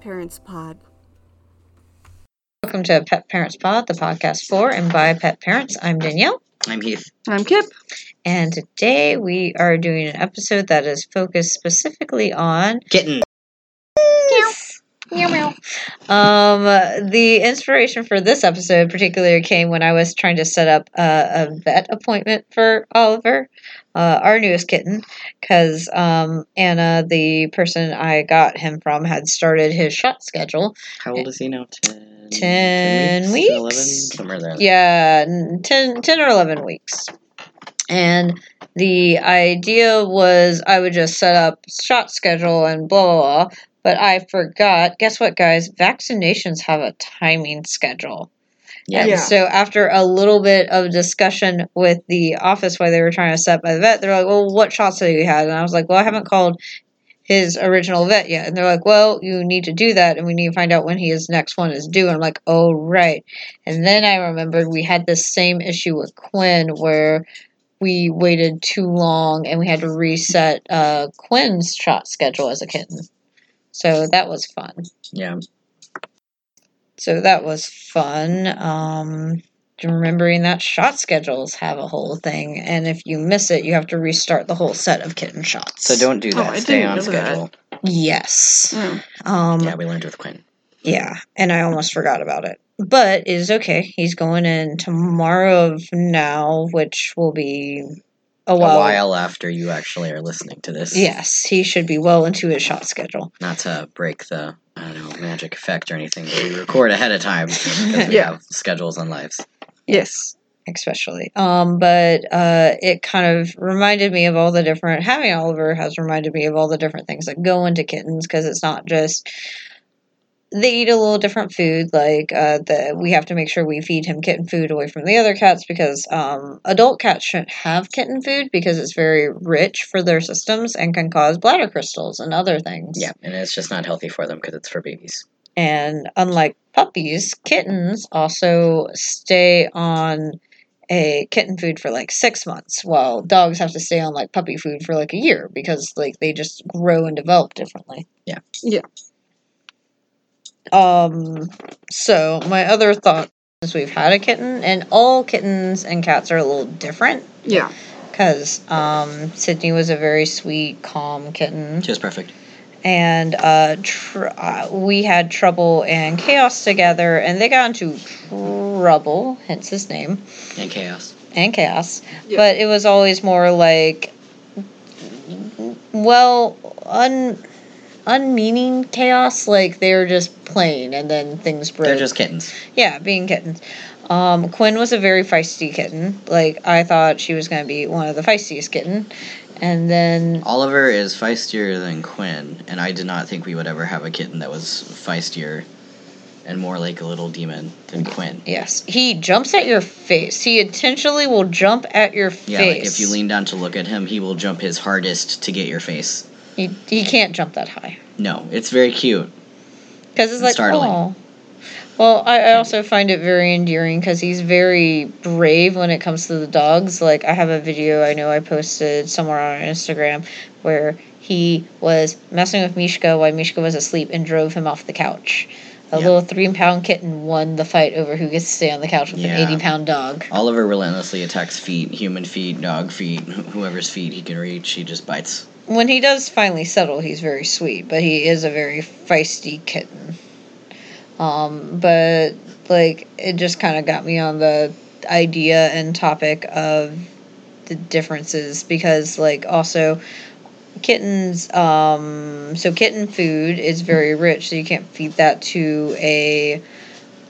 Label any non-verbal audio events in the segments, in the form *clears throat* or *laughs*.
Parents Pod. Welcome to Pet Parents Pod, the podcast for and by pet parents. I'm Danielle, I'm Heath. I'm Kip. and today we are doing an episode that is focused specifically on Kitten. meow meow. Um, the inspiration for this episode, particularly, came when I was trying to set up a, a vet appointment for Oliver, uh, our newest kitten, because um, Anna, the person I got him from, had started his shot schedule, How old is he now? Ten. 10 Eleven. weeks? Somewhere there. yeah n- 10, 10 or 11 weeks and the idea was i would just set up shot schedule and blah blah blah but i forgot guess what guys vaccinations have a timing schedule Yeah. and Yeah. so after a little bit of discussion with the office while they were trying to set up my vet, they're like, Well, what shots have you had? And I was like, Well, I haven't called his original vet yet. And they're like, Well, you need to do that and we need to find out when his next one is due. And I'm like, Oh right. And then I remembered we had this same issue with Quinn where we waited too long and we had to reset uh, Quinn's shot schedule as a kitten. So that was fun. Yeah. So that was fun. Um, remembering that shot schedules have a whole thing, and if you miss it, you have to restart the whole set of kitten shots. So don't do Oh, that. I Stay didn't on know that. schedule. Yes. Mm. Um, Yeah, we learned with Quinn. yeah, and I almost forgot about it. But it is okay. He's going in tomorrow of now, which will be a A while. while after you actually are listening to this. Yes, he should be well into his shot schedule. Not to break the I don't know magic effect or anything. But we record ahead of time because we Yeah. have schedules and lives. Yes. especially. Um, but uh, it kind of reminded me of all the different having Oliver has reminded me of all the different things that go into kittens because it's not just they eat a little different food. Like uh, the we have to make sure we feed him kitten food away from the other cats because um, adult cats shouldn't have kitten food because it's very rich for their systems and can cause bladder crystals and other things. Yeah, and it's just not healthy for them because it's for babies. And unlike puppies, kittens also stay on a kitten food for like six months, while dogs have to stay on like puppy food for like a year because like they just grow and develop differently. Yeah. Yeah. Um. So my other thought is we've had a kitten, and all kittens and cats are a little different Yeah. because um, Sydney was a very sweet, calm kitten Just perfect. and uh, tr- uh, we had trouble and chaos together, and they got into trouble, hence his name, And chaos. and chaos. Yeah. But it was always more like, well, un. Unmeaning chaos, like they were just playing, and then things broke. They're just kittens. Yeah, being kittens. Um, Quinn was a very feisty kitten. Like I thought she was gonna be one of the feistiest kitten, and then Oliver is feistier than Quinn, and I did not think we would ever have a kitten that was feistier and more like a little demon than Quinn. Yes, he jumps at your face. He intentionally will jump at your Yeah, face. like if you lean down to look at him, he will jump his hardest to get your face. he, he can't jump that high No, it's very cute. because it's It's like startling. oh. Well, I, I also find it very endearing because he's very brave when it comes to the dogs. Like I have a video I know I posted somewhere on Instagram where he was messing with Mishka while Mishka was asleep and drove him off the couch. A Yeah. little three pound kitten won the fight over who gets to stay on the couch with Yeah. an eighty pound dog. Oliver relentlessly attacks feet, human feet, dog feet, wh- whoever's feet he can reach, he just bites. when he does finally settle, he's very sweet, but he is a very feisty kitten. Um, but like it just kind of got me on the idea and topic of the differences because like also kittens um so kitten food is very rich so you can't feed that to a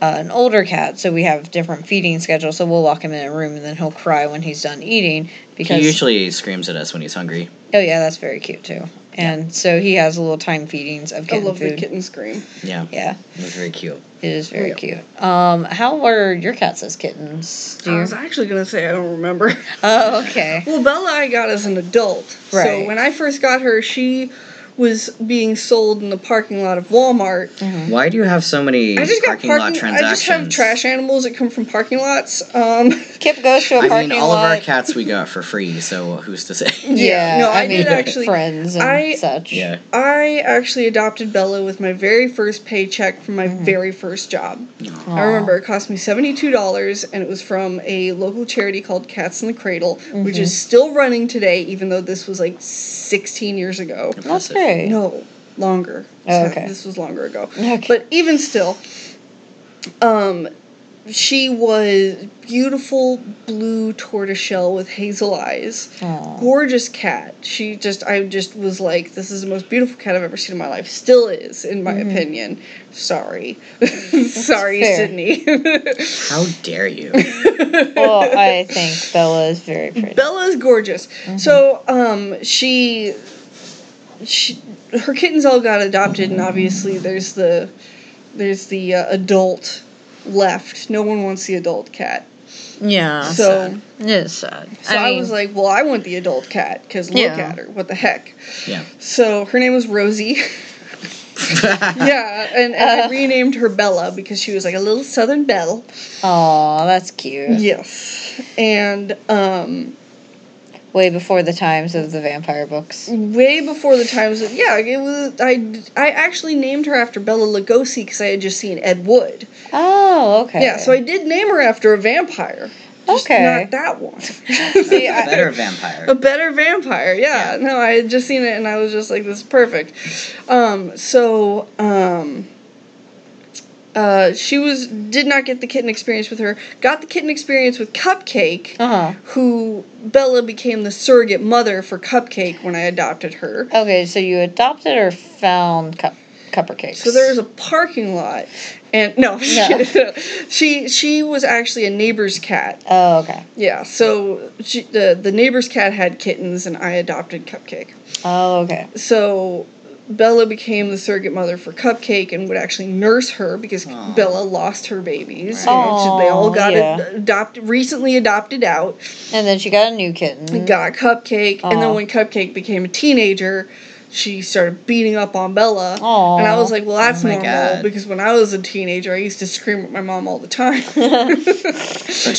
uh, an older cat so we have different feeding schedules so we'll lock him in a room and then he'll cry when he's done eating because He usually screams at us when he's hungry. Oh yeah, that's very cute too. And so he has little time feedings of I kitten love food. the kitten scream. Yeah, Yeah, it's very cute. it is very Oh, Yeah. cute. Um, how were your cats as kittens? Do I you- was actually gonna say I don't remember. *laughs* oh, okay. Well, Bella I got as an adult. So Right. when I first got her, she was being sold in the parking lot of Walmart. Why do you have so many Mm-hmm. I just got Mm-hmm. parking lot parking. I transactions? just have trash animals that come from parking lots. Um, Kip goes to a I parking mean, all of lot. our cats we got for *laughs* free, so who's to say? *laughs* yeah, No, I, I, mean, did actually. friends and I- such. Yeah, I actually adopted Bella with my very first paycheck from my very first job. I Aw. remember it cost me $72 and it was from a local charity called Cats in the Cradle, which is Mm-hmm. still running today, even though this was like 16 years ago. That's Impressive. great. No, longer. Oh, So okay. This was longer ago. Okay. But even still, um, she was beautiful blue tortoiseshell with hazel eyes. Aw. Gorgeous cat. She just, I just was like, this is the most beautiful cat I've ever seen in my life. Still is, in my opinion. Sorry. *laughs* Sorry, Mm-hmm. fair. Sydney. *laughs* How dare *laughs* you? well, I think Bella is very *laughs* pretty. Bella's gorgeous. Mm-hmm. So, um, she, she, her kittens all got adopted, and obviously there's the, there's the uh, adult left. No one wants the adult cat. yeah, so, sad. it's sad. so I, was like, well, I want the adult cat because look Yeah. at her. What the heck? Yeah. So her name was Rosie. *laughs* yeah, and, and Uh. I renamed her Bella because she was like a little Southern belle. oh, that's cute. Yes, and um. Way before the times of the vampire books. way before the times of yeah it was i i actually named her after bella lugosi because i had just seen ed wood Oh, okay. yeah so i did name her after a vampire just Okay. not that one See, *laughs* I- Better vampire. a better vampire yeah. no i had just seen it and i was just like this is perfect um so um uh, she was did not get the kitten experience with her. Got the kitten experience with Cupcake, Uh huh. who Bella became the surrogate mother for Cupcake when I adopted her. Okay, so you adopted or found cup cupcakes. So there was a parking lot, and no, *laughs* she she was actually a neighbor's cat. Oh, okay. Yeah, so she, the the neighbor's cat had kittens, and I adopted Cupcake. Oh, okay. So Bella became the surrogate mother for Cupcake and would actually nurse her because Aw. Bella lost her babies. Right. and she- they all Aw, got yeah. ad- adopted recently adopted out. And then she got a new kitten. Got Cupcake, and Aw. then when Cupcake became a teenager. She started beating up on Bella, Aw. and I was like, "Well, that's Oh my normal God. because when I was a teenager, I used to scream at my mom all the *laughs* time." But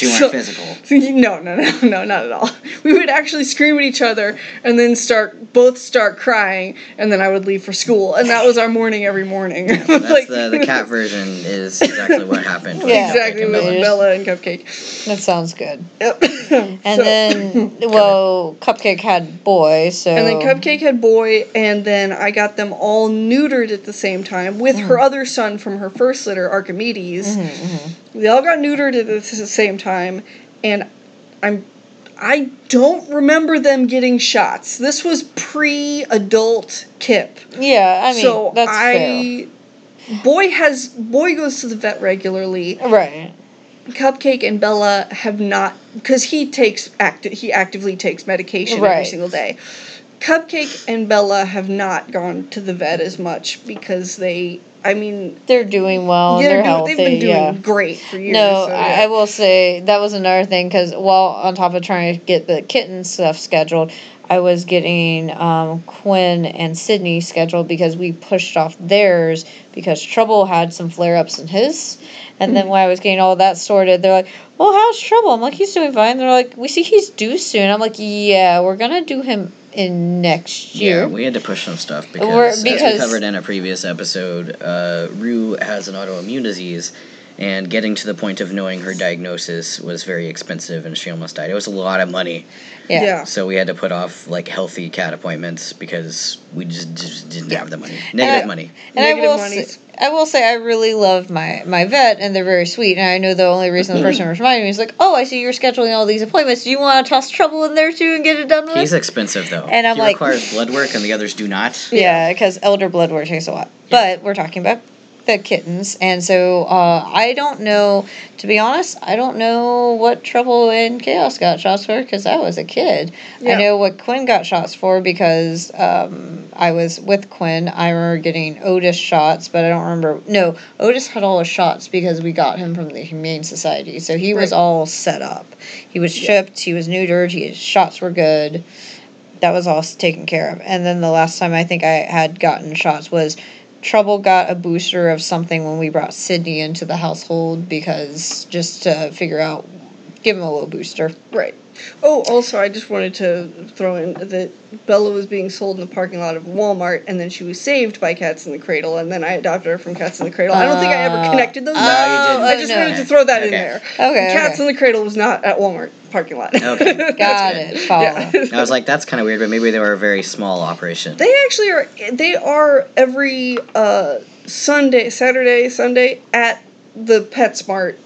you weren't so- physical. *laughs* no, no, no, no, not at all. *laughs* We would actually scream at each other and then start both start crying, and then I would leave for school, and that was our morning every morning. *laughs* *laughs* That's the, the cat version is exactly what happened. with Yeah. exactly Cupcake and with Bella. Bella and Cupcake. That sounds good. Yep. *laughs* And then, well, Cupcake had boy, so. And then Cupcake had boy, and then I got them all neutered at the same time with Mm. her other son from her first litter, Archimedes. Mm-hmm, They all got neutered at the s- same time, and I'm I don't remember them getting shots. This was pre-adult Kip, Yeah, I mean, so that's I boy has boy goes to the vet regularly. fair. Right. Cupcake and Bella have not because he takes acti- he actively takes medication every Right. single day. Cupcake and Bella have not gone to the vet as much because they I mean They're doing well. and they're they're do- healthy. they've been doing yeah. great for years. No, so, I, yeah. I will say that was another thing because while on top of trying to get the kitten stuff scheduled, I was getting um, Quinn and Sydney scheduled because we pushed off theirs because Trouble had some flare ups in his. And Hmm. then when I was getting all that sorted, they're like, "Well, how's Trouble?" I'm like, "He's doing fine." They're like, "We see he's due soon." I'm like, "Yeah, we're gonna do him in next Yeah, year." we had to push some stuff We're- because, as because- we covered in a previous episode, uh, Rue has an autoimmune disease, and getting to the point of knowing her diagnosis was very expensive, and she almost died. It was a lot of money, yeah. yeah. so we had to put off like healthy cat appointments because we just, just didn't have the money. Negative Uh, money. And I Negative will, monies. say, I will say I really love my, my vet and they're very sweet and I know the only reason the *clears throat* person reminded me is like, Oh, I see you're scheduling all these appointments. Do you wanna toss trouble in there too and get it done with? He's expensive though. And I'm he like- *laughs* requires blood work, and the others do not. yeah, because elder blood work takes a lot. But we're talking about the kittens and so uh, I don't know to be honest, I don't know what trouble and chaos got shots for because I was a kid. Yeah. I know what Quinn got shots for because um, I was with Quinn. I remember getting Otis shots, but I don't remember. No, Otis had all his shots because we got him from the Humane Society. So he was Right. all set up. He was shipped, he was neutered, he, his shots were good. That was all s- taken care of. And then the last time I think I had gotten shots was Trouble got a booster of something when we brought Sydney into the household because just to figure out Give him a little booster. Right. Oh, also, I just wanted to throw in that Bella was being sold in the parking lot of Walmart, and then she was saved by Cats in the Cradle, and then I adopted her from Cats in the Cradle. I don't think I ever Oh. connected those. Oh, dots. you didn't. I just no. wanted to throw that in Okay. there. Okay, Cats in okay. the Cradle was not at Walmart parking lot. Okay. That's Got good. it. Follow. I was like, that's kind of weird, but maybe they were a very small operation. *laughs* They actually are. They are every uh, Sunday, Saturday, Sunday at the PetSmart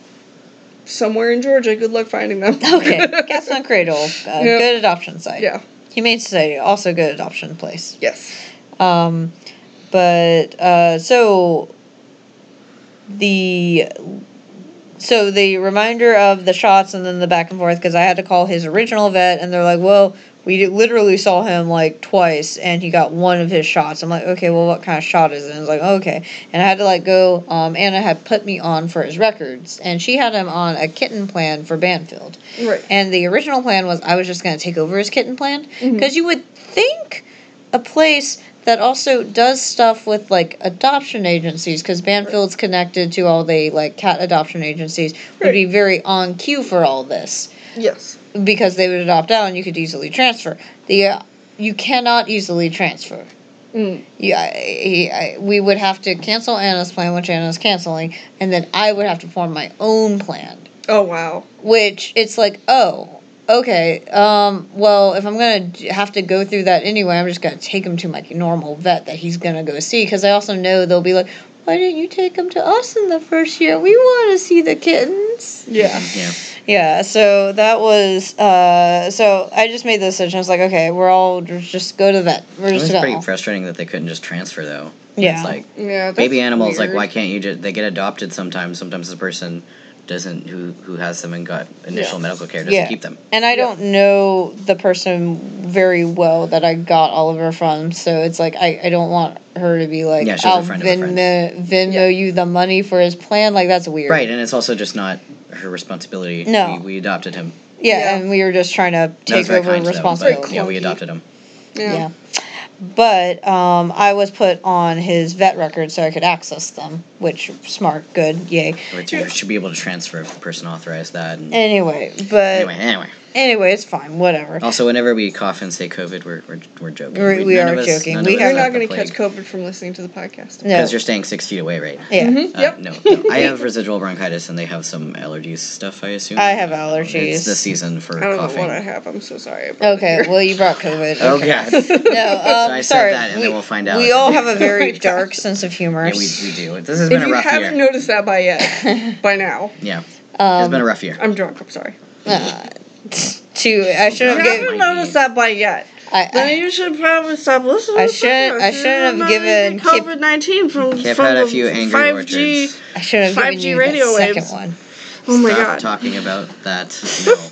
somewhere in Georgia. Good luck finding them. *laughs* Okay, Cats on Cradle, uh, good adoption *laughs* site. yeah. Humane Society, also good adoption place. Yes. Um, but uh, so the so the reminder of the shots and then the back and forth because I had to call his original vet and they're like, well, we literally saw him like twice and he got one of his shots. I'm like, okay, well, what kind of shot is it? And it's like, okay, and I had to like go. Um, Anna had put me on for his records and she had him on a kitten plan for Banfield. Right. And the original plan was I was just going to take over his kitten plan because you would think a place that also does stuff with like adoption agencies because Banfield's connected to all the like cat adoption agencies would be very on cue for all this Yes. because they would adopt out and you could easily transfer. The uh, you cannot easily transfer. Mm. Yeah, I, I, we would have to cancel Anna's plan, which Anna's canceling, and then I would have to form my own plan Oh wow. which it's like oh okay um well if i'm gonna d- have to go through that anyway i'm just gonna take him to my normal vet that he's gonna go see because i also know they'll be like why didn't you take him to us in the first year we want to see the kittens Yeah. Yeah. yeah so that was uh so i just made the decision i was like okay we're all just go to the vet we're It just was gonna pretty frustrating that they couldn't just transfer, though. Yeah. It's like, Yeah. that's baby animals, like, weird. why can't you just. They get adopted sometimes. Sometimes the person doesn't, who, who has them and got initial Yeah. medical care, doesn't keep them. And I don't know the person very well that I got Oliver from, so it's like I, I don't want her to be like, Yeah, she'll be a I'll friend of a friend." Venmo, Venmo Yeah. you the money for his plan. Like, that's weird. Right, and it's also just not her responsibility. No. We, we adopted him. Yeah, Yeah. and we were just trying to That take was very over kind to them, but, responsibility. yeah, we Clunky. adopted him. Yeah. yeah. But um, I was put on his vet record so I could access them, which smart, good, yay. Which you should be able to transfer if the person authorized that. And Anyway, but anyway, Oh, anyway, anyway. it's fine, whatever. Also, whenever we cough and say COVID, we're, we're, we're joking. We're- we none are of us- joking. none We of us have- You're have not the going to catch plague. COVID from listening to the podcast. No. Because you're staying six feet away, right? yeah. Mhm. Uh, Yep. No, no. I have residual bronchitis, and they have some allergies stuff. I assume. I have It's allergies. the season for I don't coughing. know what I have. I'm so sorry. About Okay, well, you brought COVID. Oh god. yeah, No, *laughs* um, I said sorry. that, and we, then we'll find out. We all *laughs* have a Oh my very gosh. dark sense of humor. *laughs* we, we do. This has been If a you rough year. haven't noticed that by *laughs* yet, by now, yeah. it's um, been a rough oh year. I'm drunk. I'm sorry. Uh, to I If shouldn't you have haven't given. noticed that by yet, I, then I, you should probably stop listening. I to shouldn't- podcasts. I You shouldn't have might get given Kip- COVID nineteen from Kip from had a the few angry 5G. orchards. I should have given 5G you radio the second waves. one. Oh my Stop god. talking about *laughs* that.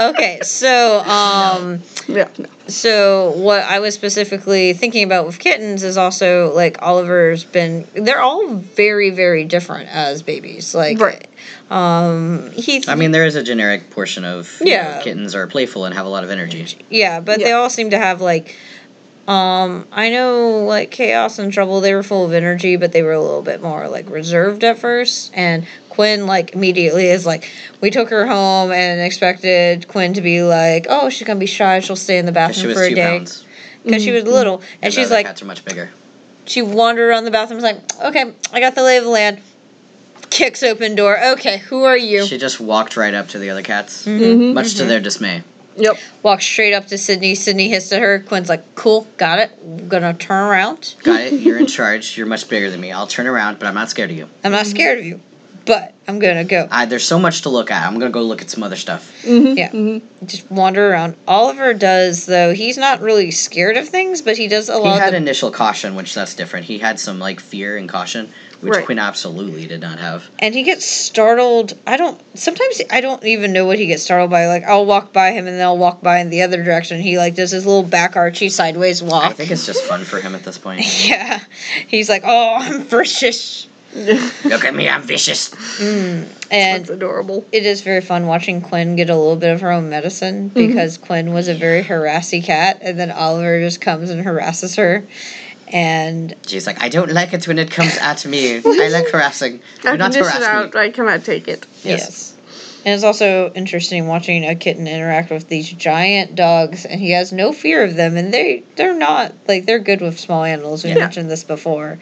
No. Okay, so *laughs* um, Yeah. No. so what I was specifically thinking about with kittens is also like Oliver's been. They're all very very different as babies. Like Right. um, he. I mean, there is a generic portion of you Yeah. know, kittens are playful and have a lot of energy. Yeah, but they Yeah. all seem to have like um I know like chaos and trouble they were full of energy but they were a little bit more like reserved at first and Quinn like immediately is like we took her home and expected Quinn to be like oh she's going to be shy she'll stay in the 'Cause She bathroom was for a two day pounds. cuz she was little and, and the she's other like cats are much bigger. she wandered around the bathroom was like okay I got the lay of the land kicks open door okay who are you She just walked right up to the other cats, Mm-hmm. Mhm. much to their dismay. Yep. walks straight up to Sydney Sydney hissed at her Quinn's like cool got it I'm going to turn around Got it. You're in charge. You're much bigger than me. I'll turn around, but I'm not scared of you. I'm not scared of you, but I'm gonna go. I, there's so much to look at. I'm gonna go look at some other stuff. yeah, Mm-hmm. just wander around. Oliver does though. He's not really scared of things, but he does a He lot. had of initial caution, which that's different. He had some like fear and caution, which Right. Quinn absolutely did not have. and he gets startled. I don't. Sometimes I don't even know what he gets startled by. Like I'll walk by him, and then I'll walk by in the other direction. He like does his little back archy sideways I walk. think it's just fun for him at this point. *laughs* *laughs* yeah, he's like, oh, I'm *laughs* vicious, look at me, I'm vicious. and That's adorable. it is very fun watching Quinn get a little bit of her own medicine because Quinn was a very harassy cat, and then Oliver just comes and harasses her. And She's like, I don't like it *laughs* when it comes at me. I like harassing. Do I not can dish it harass me. out. I cannot take it. yes, And it's also interesting watching a kitten interact with these giant dogs, and he has no fear of them. And they they're not like they're good with small animals. We Yeah. mentioned this before.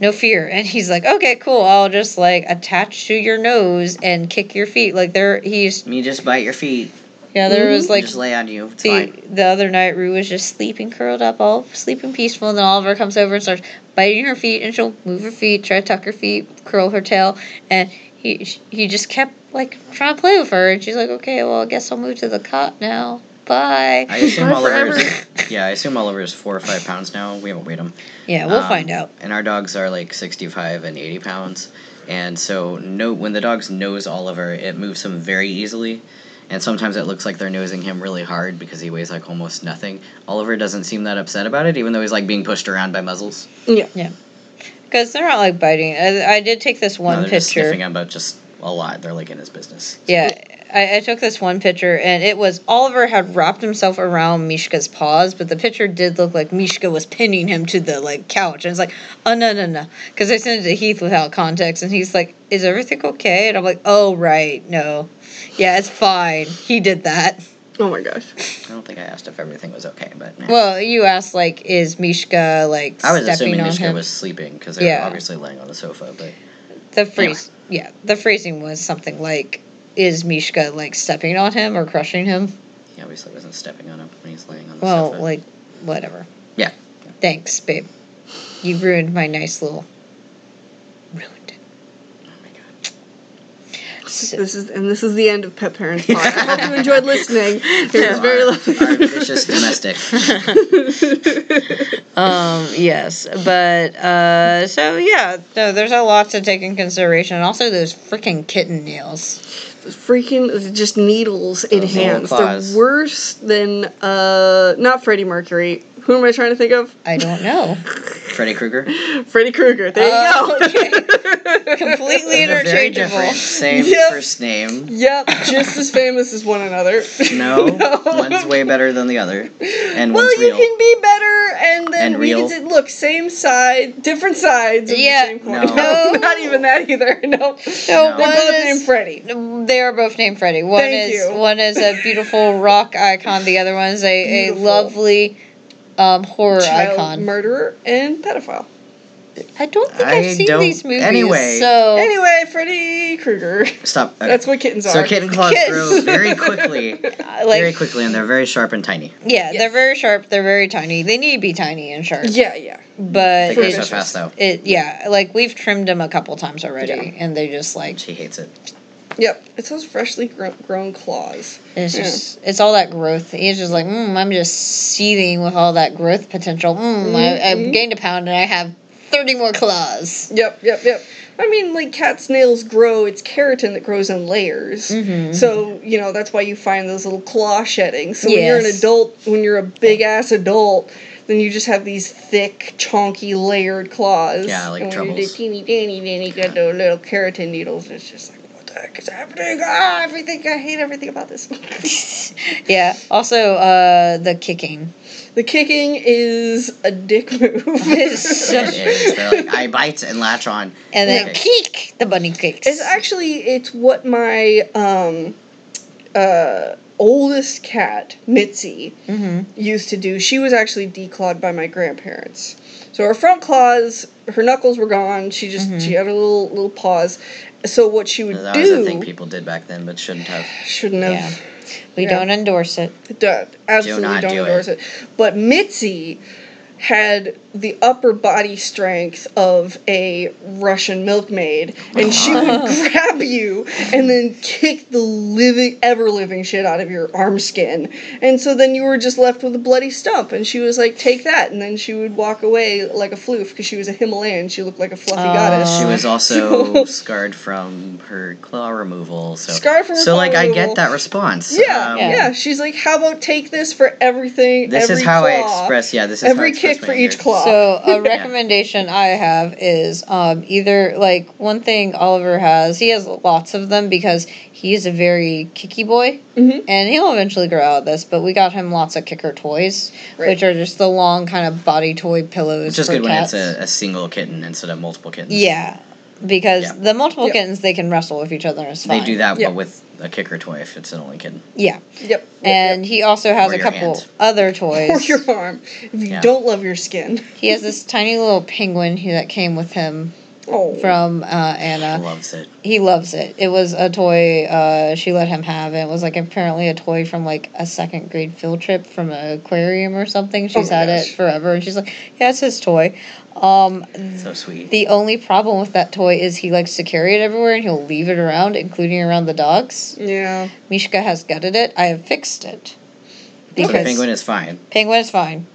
No fear, and he's like, okay, cool. I'll just like attach to your nose and kick your feet. Like there, he's You just bite your feet. yeah. There was Mhm. like just lay on you. It's the, fine. the other night, Rue was just sleeping, curled up, all sleeping peaceful, and then Oliver comes over and starts biting her feet, and she'll move her feet, try to tuck her feet, curl her tail, and he sh- he just kept like trying to play with her, and she's like, okay, well, I guess I'll move to the cot now. Bye. I assume Bye Oliver forever. is, *laughs* yeah, I assume Oliver is four or five pounds now. We haven't weighed him. yeah, we'll Um, find out. And our dogs are like 65 and 80 pounds. And so no, when the dog's nose Oliver, it moves him very easily. And sometimes it looks like they're nosing him really hard because he weighs like almost nothing. Oliver doesn't seem that upset about it, even though he's like being pushed around by muzzles. Yeah. Because they're not like biting. I, I did take this no, one they're just picture. sniffing him, but just a lot. They're like in his business. Yeah, I, I took this one picture, and it was Oliver had wrapped himself around Mishka's paws, but the picture did look like Mishka was pinning him to the like couch, and it's like, oh no no no, because I sent it to Heath without context, and he's like, is everything okay? And I'm like, oh right, no, yeah, it's fine. He did that. Oh my gosh. I don't think I asked if everything was okay, but eh. Well, you asked like, is Mishka like I was stepping assuming on Mishka him? was sleeping because they're Yeah. obviously laying on the sofa. But the phrase, yeah, the phrasing was something like, is Mishka like stepping on him or crushing him? he obviously wasn't stepping on him when he's laying on the Well, sofa. like, whatever. Yeah. Thanks, babe. You ruined my nice little. Ruined oh my god. it. So, This is and this is the end of Pet Parents *laughs* Pod. I hope you enjoyed listening. It was very Our- lovely. our vicious domestic. um, yes, but uh, so yeah, no, there's a lot to take in consideration. And also, those freaking kitten nails. freaking just needles in Those little hands. claws. They're worse than uh not Freddie Mercury. Who am I trying to think of? I *laughs* don't know. Freddy Krueger. Freddy Krueger. There Uh. Oh, you go. *laughs* Completely They're very interchangeable. different. Same Yep. *laughs* first name. yep, just as famous as one another. *laughs* No, one's way better than the other, and Well, one's you real. can be better, and then And we can real. say, look same side, different sides. Of Yeah. The same coin. *laughs* No, No. not even that either. *laughs* No. So No. They're one both is named Freddy. They are both named Freddie. One Thank is you. one is a beautiful rock icon. The other one is a, a Beautiful. lovely um, horror Child icon. murderer and pedophile. I don't think I I have seen don't- these movies. anyway. so Anyway, Freddy *laughs* Krueger. Stop. Okay. That's what kittens so are. kitten claws Kids. grow *laughs* very quickly, uh, very like quickly, and they're very sharp and tiny. yeah, Yes. they're very sharp. They're very tiny. They need to be tiny and sharp. Yeah, yeah. They but grow so vicious. it, fast though. it yeah, like we've trimmed them a couple times already, Yeah. and they just like She hates it. Yep. It says freshly gro- grown claws. it's Yeah. just it's all that growth. He's just like mm, I'm just seething with all that growth potential. Mm, I, I've Mhm. gained a pound and I have thirty *laughs* more claws. Yep, yep, yep. I mean, like cat's nails grow, it's keratin that grows in layers. Mhm. Mm-hmm. So, you know, that's why you find those little claw sheddings. So when you're an Yes. adult, when you're a big ass adult, then you just have these thick, chonky, layered claws. Yeah, like and When you do troubles. teeny tiny, then you got those little keratin needles, and it's just like, what the heck is happening? Ah, everything, I hate everything about this. *laughs* Yeah. Also, uh, the kicking. the kicking is a dick *laughs* move. *laughs* It's It such- is. They're like I bite and latch on. And then Yeah. kick. The bunny kicks. It's actually it's what my um uh oldest cat, Mitzi, Mhm. used to do. She was actually declawed by my grandparents. So her front claws, her knuckles were gone. She just she had her little little paws. So what she would That was a thing do people did back then, but shouldn't have. shouldn't Yeah. have We Yeah. don't endorse it. Duh, absolutely Do do not not do endorse it. But Mitzi had the upper body strength of a Russian milkmaid, and she *laughs* would grab you and then kick the living, ever living shit out of your arm skin. And so then you were just left with a bloody stump, and she was like, "Take that," and then she would walk away like a floof because she was a Himalayan. She looked like a fluffy goddess. She Uh, was *laughs* also So- scarred from her claw removal. So, Scarred from her so claw like, I removal. get that response. Yeah, Um, yeah, She's like, "How about take this for everything? This every is how I claw." express. Yeah, this is every how I express kick my for anger. each claw. So *laughs* a recommendation I have is um, either like one thing Oliver has. He has lots of them because he is a very kicky boy, Mhm. and he'll eventually grow out of this. But we got him lots of kicker toys, Right. which are just the long kind of body toy pillows. It's just for good when cats. it's a, a single kitten instead of multiple kittens. Yeah. because Yeah. the multiple Yep. kittens they can wrestle with each other. It's fine. They do that, Yeah. but with a kicker toy if it's an only kid. Yeah, Yep. and he also has Or a your couple hands. *laughs* other Or toys. your arm. If you Yeah. don't love your skin. he has this tiny little penguin he, that came with him Oh. from uh, Anna. Loves it. He loves it. It was a toy uh, she let him have. and It was like apparently a toy from like a second grade field trip from an aquarium or something. She's Oh my had gosh. it forever, and she's like, "Yeah, it's his toy." Um, So sweet. the only problem with that toy is he likes to carry it everywhere, and he'll leave it around, including around the dogs. yeah. Mishka has gutted it. I have fixed it so the because penguin is fine. penguin is fine,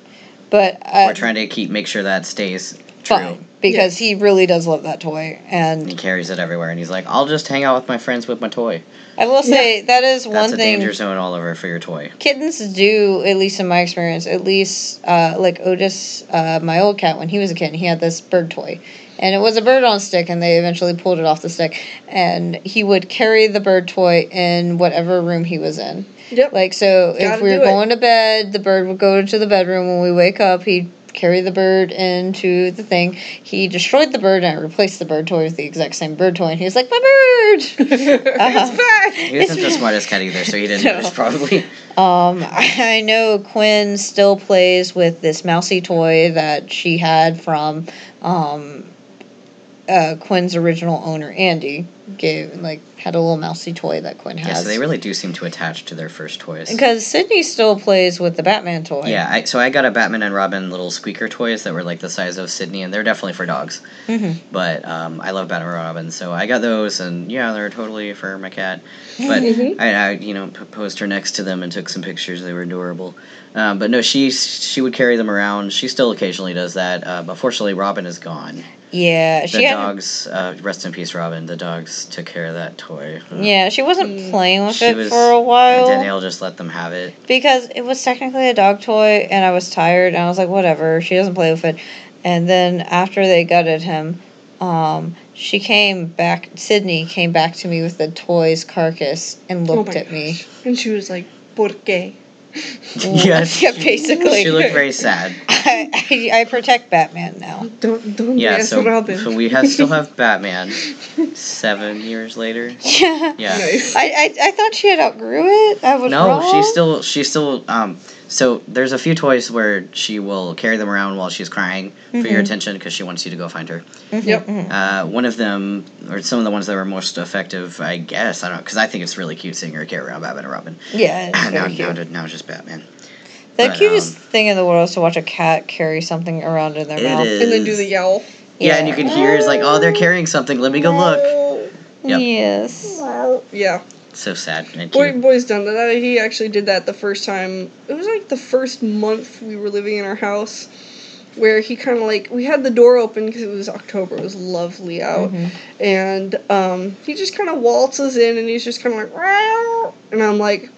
but uh, We're trying to keep make sure that stays true. fine because he really does love that toy, And he and carries it everywhere, and he's like, "I'll just hang out with my friends with my toy." I will say that is one That's a thing. danger zone, Oliver, for your toy. kittens do at least in my experience at least uh, like otis uh, my old cat when he was a kitten he had this bird toy and it was a bird on a stick and they eventually pulled it off the stick and he would carry the bird toy in whatever room he was in Yep. like so if Gotta we were do it. going to bed the bird would go into the bedroom when we wake up he'd carry the bird into the thing he destroyed the bird and replaced the bird toy with the exact same bird toy and he was like my bird *laughs* uh-huh. it's back. He *laughs* isn't the smartest cat either, so he didn't No. *laughs* notice probably. Um, I know Quinn still plays with this mousy toy that she had from um, uh, Quinn's original owner, Andy. Gave like had a little mousy toy that Quinn has. Yeah, so they really do seem to attach to their first toys. because Sydney still plays with the Batman toy. Yeah, I, so I got a Batman and Robin little squeaker toys that were like the size of Sydney, and they're definitely for dogs. Mhm. But um, I love Batman and Robin, so I got those, and yeah, they're totally for my cat. *laughs* But Mm-hmm. I, I, you know, p- posed her next to them and took some pictures. They were adorable. Um, but no, she she would carry them around. She still occasionally does that, uh, but fortunately, Robin is gone. yeah, The she had. dogs, uh, rest in peace, Robin. The dogs took care of that toy. Yeah, she wasn't playing with She it was- for a while. And Danielle just let them have it. *laughs* because it was technically a dog toy and I was tired and I was like, whatever, she doesn't play with it. And then after they gutted him, um, she came back, Sydney came back to me with the toy's carcass and Oh looked my at me. gosh. And she was like, Por qué? *laughs* yes. yeah, basically. *laughs* She looked very sad. I, I, I protect Batman now. *laughs* Don't, don't Yeah, ask so, Robin. so we have, still have Batman seven years later. Yeah. Yeah. Nice. I, I, I thought she had outgrew it. I was No, wrong. she's still she's still um so there's a few toys where she will carry them around while she's crying for Mm-hmm. your attention because she wants you to go find her. Yep. *laughs* Uh, one of them, or some of the ones that were most effective, I guess. I don't know because I think it's really cute seeing her carry around Batman and Robin. Yeah. *laughs* It's now, very now, cute. ju- now just Batman. the but, cutest um, thing in the world is to watch a cat carry something around in their It mouth. is. and then do the yowl. Yeah, and you can hear it's like, oh, they're carrying something. Let me go look. Yep. Yes. Yeah. So sad and Boy, cute. boy's done that. He actually did that the first time. It was like the first month we were living in our house, where he kind of like we had the door open because it was October. It was lovely out, and um, he just kind of waltzes in, and he's just kind of like, "Meow," and I'm like,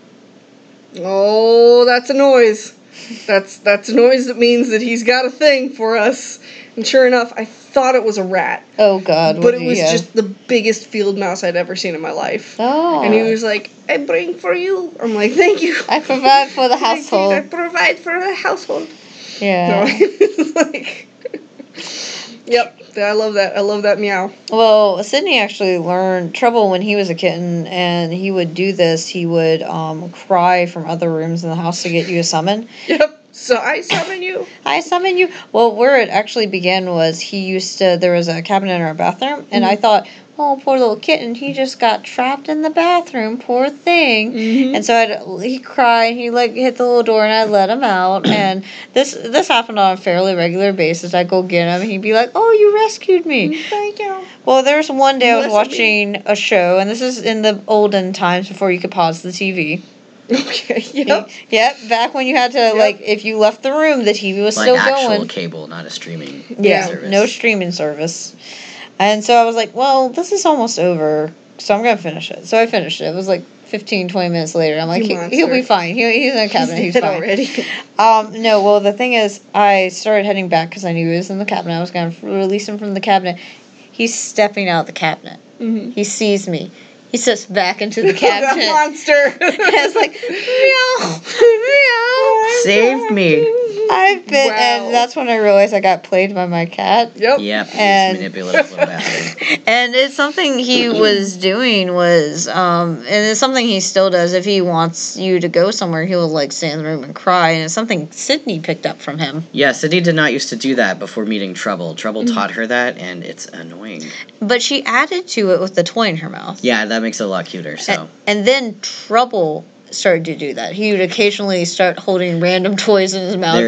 oh, that's a noise. That's that's a noise that means that he's got a thing for us. And sure enough, I thought it was a rat, Oh God. what but it do was you have? just the biggest field mouse I'd ever seen in my life. Oh. And he was like, I bring for you. I'm like, *laughs* thank you. I provide for the Thank you. I household. provide for the household. No, *laughs* Yeah. it's like, *laughs* yep. I love that. I love that meow. Well, Sydney actually learned trouble when he was a kitten, and he would do this. He would um, cry from other rooms in the house to get you to summon. Yep. So I summon you. I summon you. Well, where it actually began was he used to, there was a cabinet in our bathroom, and I thought, oh, poor little kitten, he just got trapped in the bathroom, poor thing. And so I'd, he cried, he like hit the little door, and I let him out. and this this happened on a fairly regular basis. I'd go get him, and he'd be like, oh, you rescued me. Thank you. Well, there was one day I was Melissa B. watching a show, and this is in the olden times before you could pause the TV. Okay. Yep. Yep, back when you had to like if you left the room, the TV was Like still actual going. cable, not a streaming yeah, service. no streaming service. And so I was like, well, this is almost over, so I'm gonna finish it. So I finished it. It was like 15, 20 minutes later. I'm like, You he, he'll be monster. fine. He, he's in a cabinet. He's He's, dead fine. *laughs* already. Um, no, well, the thing is, I started heading back because I knew he was in the cabinet. I was going to release him from the cabinet. He's stepping out of the cabinet. Mm-hmm. He sees me. He steps *laughs* back into the cabinet. *laughs* that monster. And it's like, meow, meow. Save me. I've been, Wow. and that's when I realized I got played by my cat. Yep. *laughs* Yep, he's And- manipulative *laughs* little bastard. And it's something he was doing was, um, and it's something he still does. If he wants you to go somewhere, he will like stay in the room and cry. And it's something Sydney picked up from him. Yeah, Cindy did not used to do that before meeting Trouble. Trouble Mm-hmm. taught her that, and it's annoying. But she added to it with the toy in her mouth. Yeah, that makes it a lot cuter. So. And then Trouble started to do that. He would occasionally start holding random toys in his mouth. They're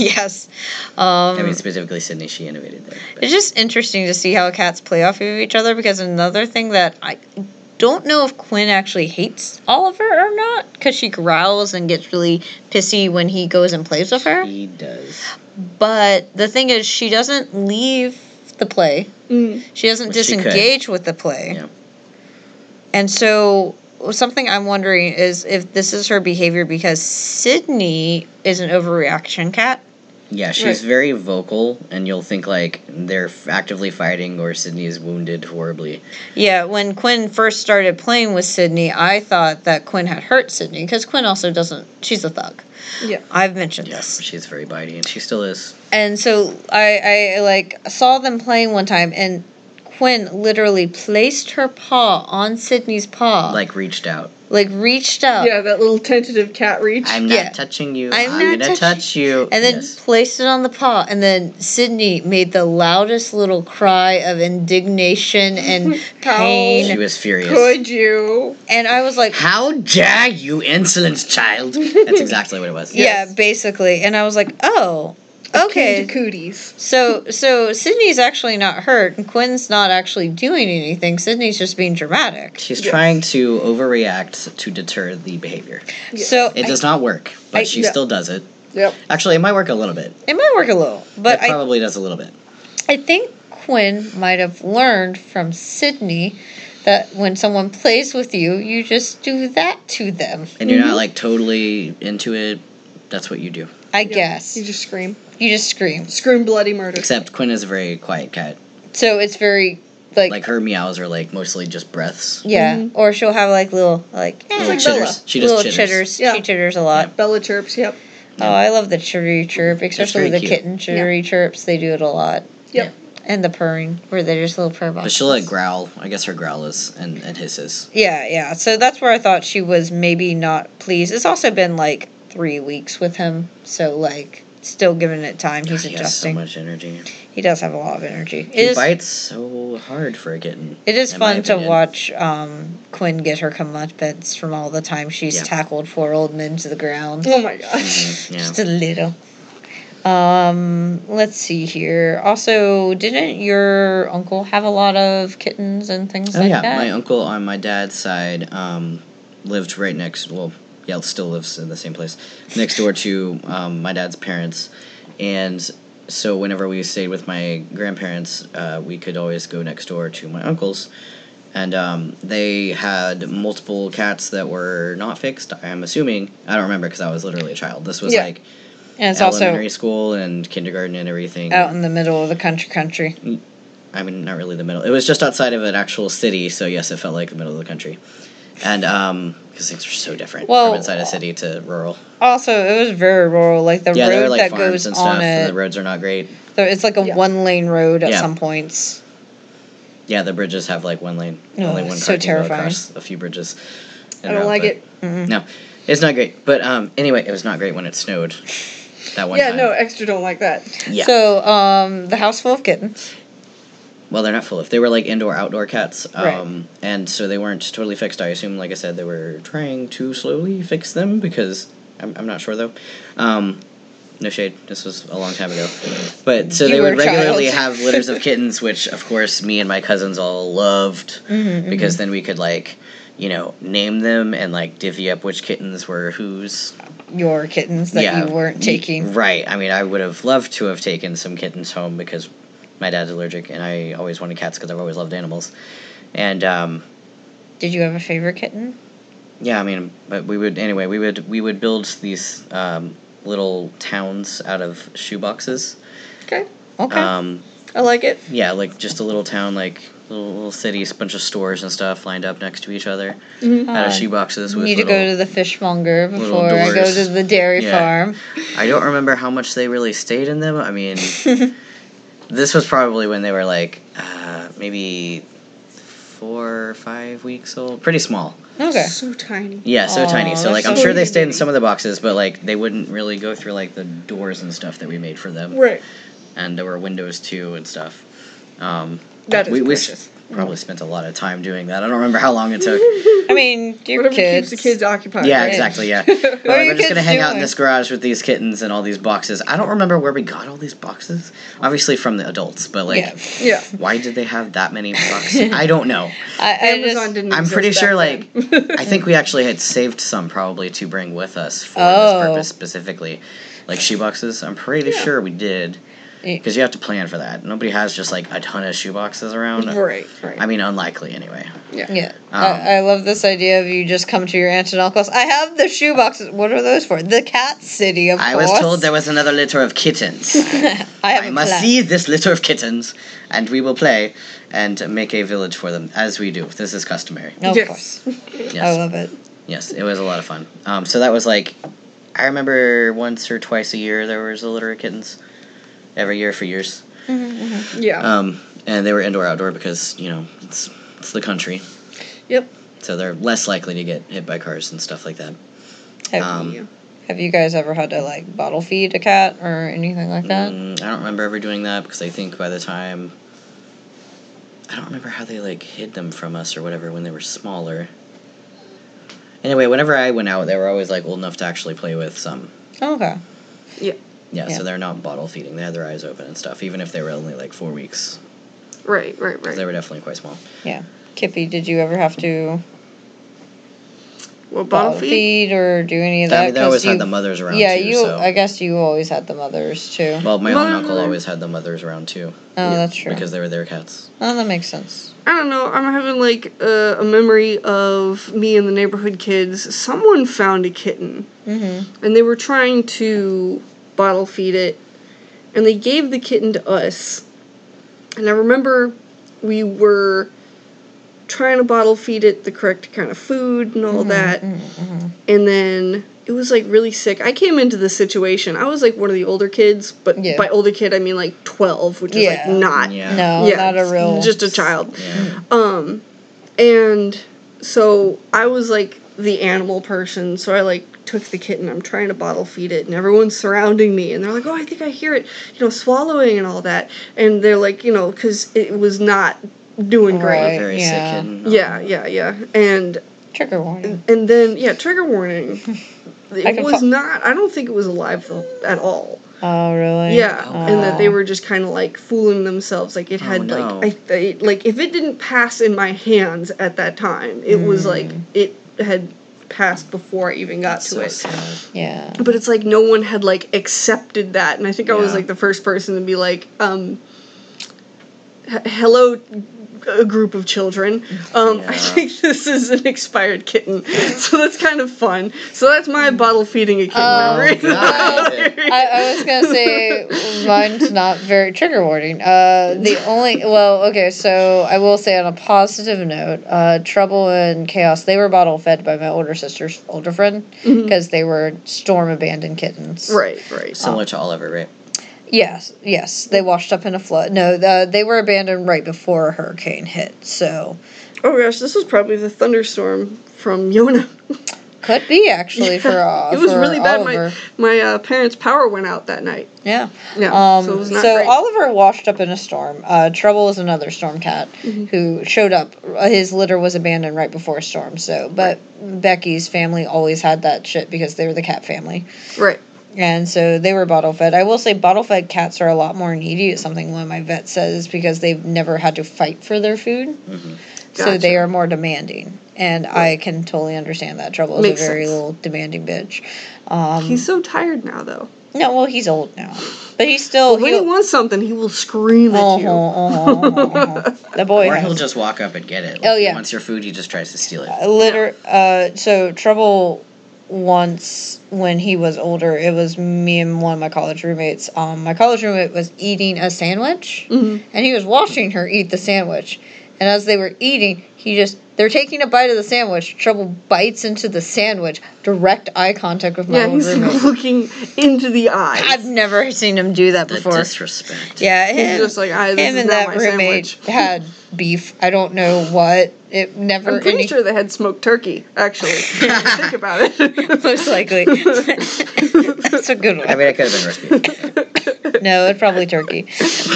*laughs* yes. Um, I mean, specifically Sydney, she innovated there. but- It's just interesting to see how cats play off of each other because another thing that I don't know if Quinn actually hates Oliver or not because she growls and gets really pissy when he goes and plays with her. He does. But the thing is, she doesn't leave the play, Mm. she doesn't Which she could. disengage with the play. Yeah. And so, something I'm wondering is if this is her behavior because Sydney is an overreaction cat. Yeah, she's Right. very vocal, and you'll think like they're f- actively fighting or Sydney is wounded horribly. Yeah, when Quinn first started playing with Sydney, I thought that Quinn had hurt Sydney because Quinn also doesn't, she's a thug. Yeah. I've mentioned this. She's very bitey, and she still is. And so I, I like saw them playing one time and Quinn literally placed her paw on Sydney's paw. Like reached out. like reached up Yeah, that little tentative cat reach. I'm not Yeah. touching you. I'm not I'm, gonna touch- touch you. and then *laughs* Yes. placed it on the paw and then Sydney made the loudest little cry of *laughs* indignation and How she pain. was furious. Could you? And I was like, How dare you, insolent child? *laughs* That's exactly what it was. yeah, basically. And I was like, oh, okay. Came to cooties. So so Sydney's actually not hurt, and Quinn's not actually doing anything. Sydney's just being dramatic. She's Yes. trying to overreact to deter the behavior. Yes. So It I- does not work, but I- she yeah. still does it. Yep. Actually, it might work a little bit. it might work a little, but it I probably does a little bit. I think Quinn might have learned from Sydney that when someone plays with you, you just do that to them. and you're not like totally into it, that's what you do. I Yep. guess You just scream. you just scream. Scream bloody murder. Except Quinn is a very quiet cat. So it's very like, Like her meows are like mostly just breaths. yeah, Mhm. or she'll have like little like Little like eh, Bella. chitters. She just little chitters. chitters. Yeah. She chitters a lot. Bella chirps. Yep. Yeah. Oh, I love the chittery chirp, especially very the cute. kitten chittery chirps. They do it a lot. Yep. And the purring, where they're just little purr boxes. But she'll like growl. I guess her growl is and, and hisses. Yeah, yeah. So that's where I thought she was maybe not pleased. It's also been like three weeks with him, so like still giving it time. He's He has so adjusting. much energy. he does have a lot of energy. It He is. bites so hard for a kitten. It is in my fun to opinion. watch um, Quinn get her comeuppance from all the time she's Yeah. tackled four old men to the ground. Oh my *laughs* gosh. Mhm, Yeah. Just a little. Um, let's see here. Also, didn't your uncle have a lot of kittens and things Oh like yeah, that? my uncle on my dad's side um, lived right next. Well, yeah, still lives in the same place, next door to um, my dad's parents, and so whenever we stayed with my grandparents, uh, we could always go next door to my uncle's, and um, they had multiple cats that were not fixed. I'm assuming I don't remember because I was literally a child. This was Yeah. like and it's elementary also school and kindergarten and everything. out in the middle of the country, country. I mean, not really the middle. It was just outside of an actual city, so yes, it felt like the middle of the country. And um, because things are so different Well- from inside a city to rural. Also, it was very rural. Like the yeah, there road are like that farms goes and stuff, on and the it, roads are not great. so it's like a Yeah. one-lane road at Yeah. some points. Yeah, the bridges have like one lane, No, only one Oh, it's so car can go terrifying. across a few bridges. in I a don't row, like but- it. Mm-hmm. No, it's not great. But um, anyway, it was not great when it snowed. That one Yeah, time. no, extra don't like that. Yeah. So, um, the house full of kittens. well, they're not full of. They were like indoor outdoor cats, um, Right. and so they weren't totally fixed. I assume, like I said, they were trying to slowly fix them because I'm, I'm not sure though. Um, no shade. This was a long time ago, but so You they were would a child. regularly have litters of kittens, which of course me and my cousins all loved Mm-hmm, because then we could like, you know, name them and like divvy up which kittens were whose Your kittens that you weren't y- taking. Right. I mean, I would have loved to have taken some kittens home because my dad's allergic, and I always wanted cats because I've always loved animals. And um, Did you have a favorite kitten? yeah, I mean, but we would anyway. We would we would build these um, little towns out of shoeboxes. Okay. Okay. Um, I like it. Yeah, like just a little town, like little, little cities, bunch of stores and stuff lined up next to each other out of Uh, shoe boxes with need to little, go to the fishmonger little before I go doors. to the dairy Yeah. farm. I don't remember how much they really stayed in them. *laughs* I mean, this was probably when they were like uh, maybe four or five weeks old. Pretty small. Okay. So tiny. Yeah, so Aw, tiny. So they're like, I'm so sure they stayed in itty-bitty. some of the boxes, but like they wouldn't really go through like the doors and stuff that we made for them. Right. And there were windows too and stuff. Um, That is we, we s- precious. probably spent a lot of time doing that. I don't remember how long *laughs* it took. I mean, your Whatever kids. keeps the kids *laughs* occupied. yeah, right? exactly. Yeah. What are We're your kids just gonna hang out in doing? this garage with these kittens and all these boxes. I don't remember where we got all these boxes. Obviously from the adults, but like, yeah. Yeah. why did they have *laughs* that many boxes? I don't know. I, I Amazon just, didn't I'm exist pretty back sure, then. I think we actually had saved some probably to bring with us for Oh. this purpose specifically, like shoeboxes. I'm pretty Yeah. sure we did Eh. because you have to plan for that. Nobody has just like a ton of shoeboxes around. right. Right. I mean, unlikely anyway. Yeah, Um, I, I love this idea of you just come to your aunt and uncle's. I have the shoe boxes. What are those for? The cat city, of I course. was told there was another litter of kittens. I have I a must plan. seize this litter of kittens, and we will play and make a village for them, as we do. This is customary. Of Yes. course, Yes. I love it. Yes, it was a lot of fun. Um, so that was like, I remember once or twice a year there was a litter of kittens, every year for years. *laughs* yeah. Um, and they were indoor outdoor because you know it's it's the country, yep. so they're less likely to get hit by cars and stuff like that. Have, Um, yeah. have you guys ever had to like bottle feed a cat or anything like that? Mm, I don't remember ever doing that because I think by the time. I don't remember how they like hid them from us or whatever when they were smaller. Anyway, whenever I went out, they were always like old enough to actually play with some. Oh, okay. Yeah. Yeah, Yeah. so they're not bottle feeding. They had their eyes open and stuff, even if they were only like four weeks. Right. Right. 'cause Right. They were definitely quite small. Yeah. Kippy, did you ever have to well, bottle feed. or do any of I that? mean, they 'Cause always you- had the mothers around Yeah, too. you. so. I guess you always had the mothers too. well, my Well, own I uncle remember- always had the mothers around too oh, that's true. because they were their cats. oh, that makes sense. I don't know. I'm having like a, a memory of me and the neighborhood kids. Someone found a kitten, Mm-hmm. and they were trying to bottle feed it, and they gave the kitten to us. And I remember we were trying to bottle feed it the correct kind of food and all Mm-hmm, that. And then it was like really sick. I came into this situation. I was like one of the older kids, but Yeah. by older kid I mean like 12, which is like Yeah. not Yeah. No, yeah, not a real. just a child. Yeah. Um, and so I was like the animal person, so I like took the kitten. I'm trying to bottle feed it, and everyone's surrounding me, and they're like, "Oh, I think I hear it," you know, swallowing and all that. And they're like, you know, because it was not doing Right. great. Very yeah. sick and Yeah, yeah, yeah. And trigger warning. and then yeah, trigger warning. *laughs* can It was fu- not. I don't think it was alive though, at all. Oh, really? Yeah, and that they Oh. were just kind of like fooling themselves. Like it Oh, had no. like I th- it- like if it didn't pass in my hands at that time, it was like it had passed before I even got so to it. sad. Yeah. But it's like no one had like accepted that, and I think I was Yeah. like the first person to be like, um, h- "Hello, a group of children. Um, I Yeah. think this is an expired kitten, *laughs* so that's kind of fun. So that's my Mm. bottle feeding a kitten Oh, memory. God. I, I was gonna say mine's not very trigger warning. Uh, the only well, okay, so I will say on a positive note, uh, Trouble and Chaos they were bottle fed by my older sister's older friend because they were storm abandoned *laughs* kittens. Mm-hmm. right, right. Similar to Oliver, right? Yes, yes, they washed up in a flood. No, the, they were abandoned right before a hurricane hit. So Oh gosh, this was probably the thunderstorm from Yona. *laughs* could be actually for uh, it was for really bad. Oliver. My my uh, parents' power went out that night. Yeah. Yeah, Um, so it so was not great. Oliver washed up in a storm. Uh, Trouble is another storm cat Mm-hmm. who showed up. Uh, His litter was abandoned right before a storm. So, but Becky's family always had that shit because they were the cat family, Right. and so they were bottle fed. I will say, bottle fed cats are a lot more needy. It's something one of my vets says because they've never had to fight for their food, so Mm-hmm. Gotcha. they are more demanding. And I can totally understand that. Trouble is Makes a very sense. little demanding bitch. Um, He's so tired now, though. no, well, he's old now, but he's still. When he he'll- wants something, he will scream Uh-huh, at Oh, you. the boy Or has- he'll just walk up and get it. Oh, yeah. Once your food, he just tries to steal it. liter uh so trouble once when he was older. It was me and one of my college roommates. Um, my college roommate was eating a sandwich, Mm-hmm. and he was watching her eat the sandwich. And as they were eating, he just they're taking a bite of the sandwich. Trouble bites into the sandwich. Direct eye contact with my Yeah, old he's *laughs* roommate. looking into the eye. I've never seen him do that The before. disrespect. yeah, him, He's just like, I, this him is and not that my roommate sandwich. had beef. I don't know what. It never. I'm pretty any- sure they had smoked turkey, *laughs* actually. Now you think about it. *laughs* Most likely. *laughs* That's a good I one. mean, it could have been roast beef. No, it's probably turkey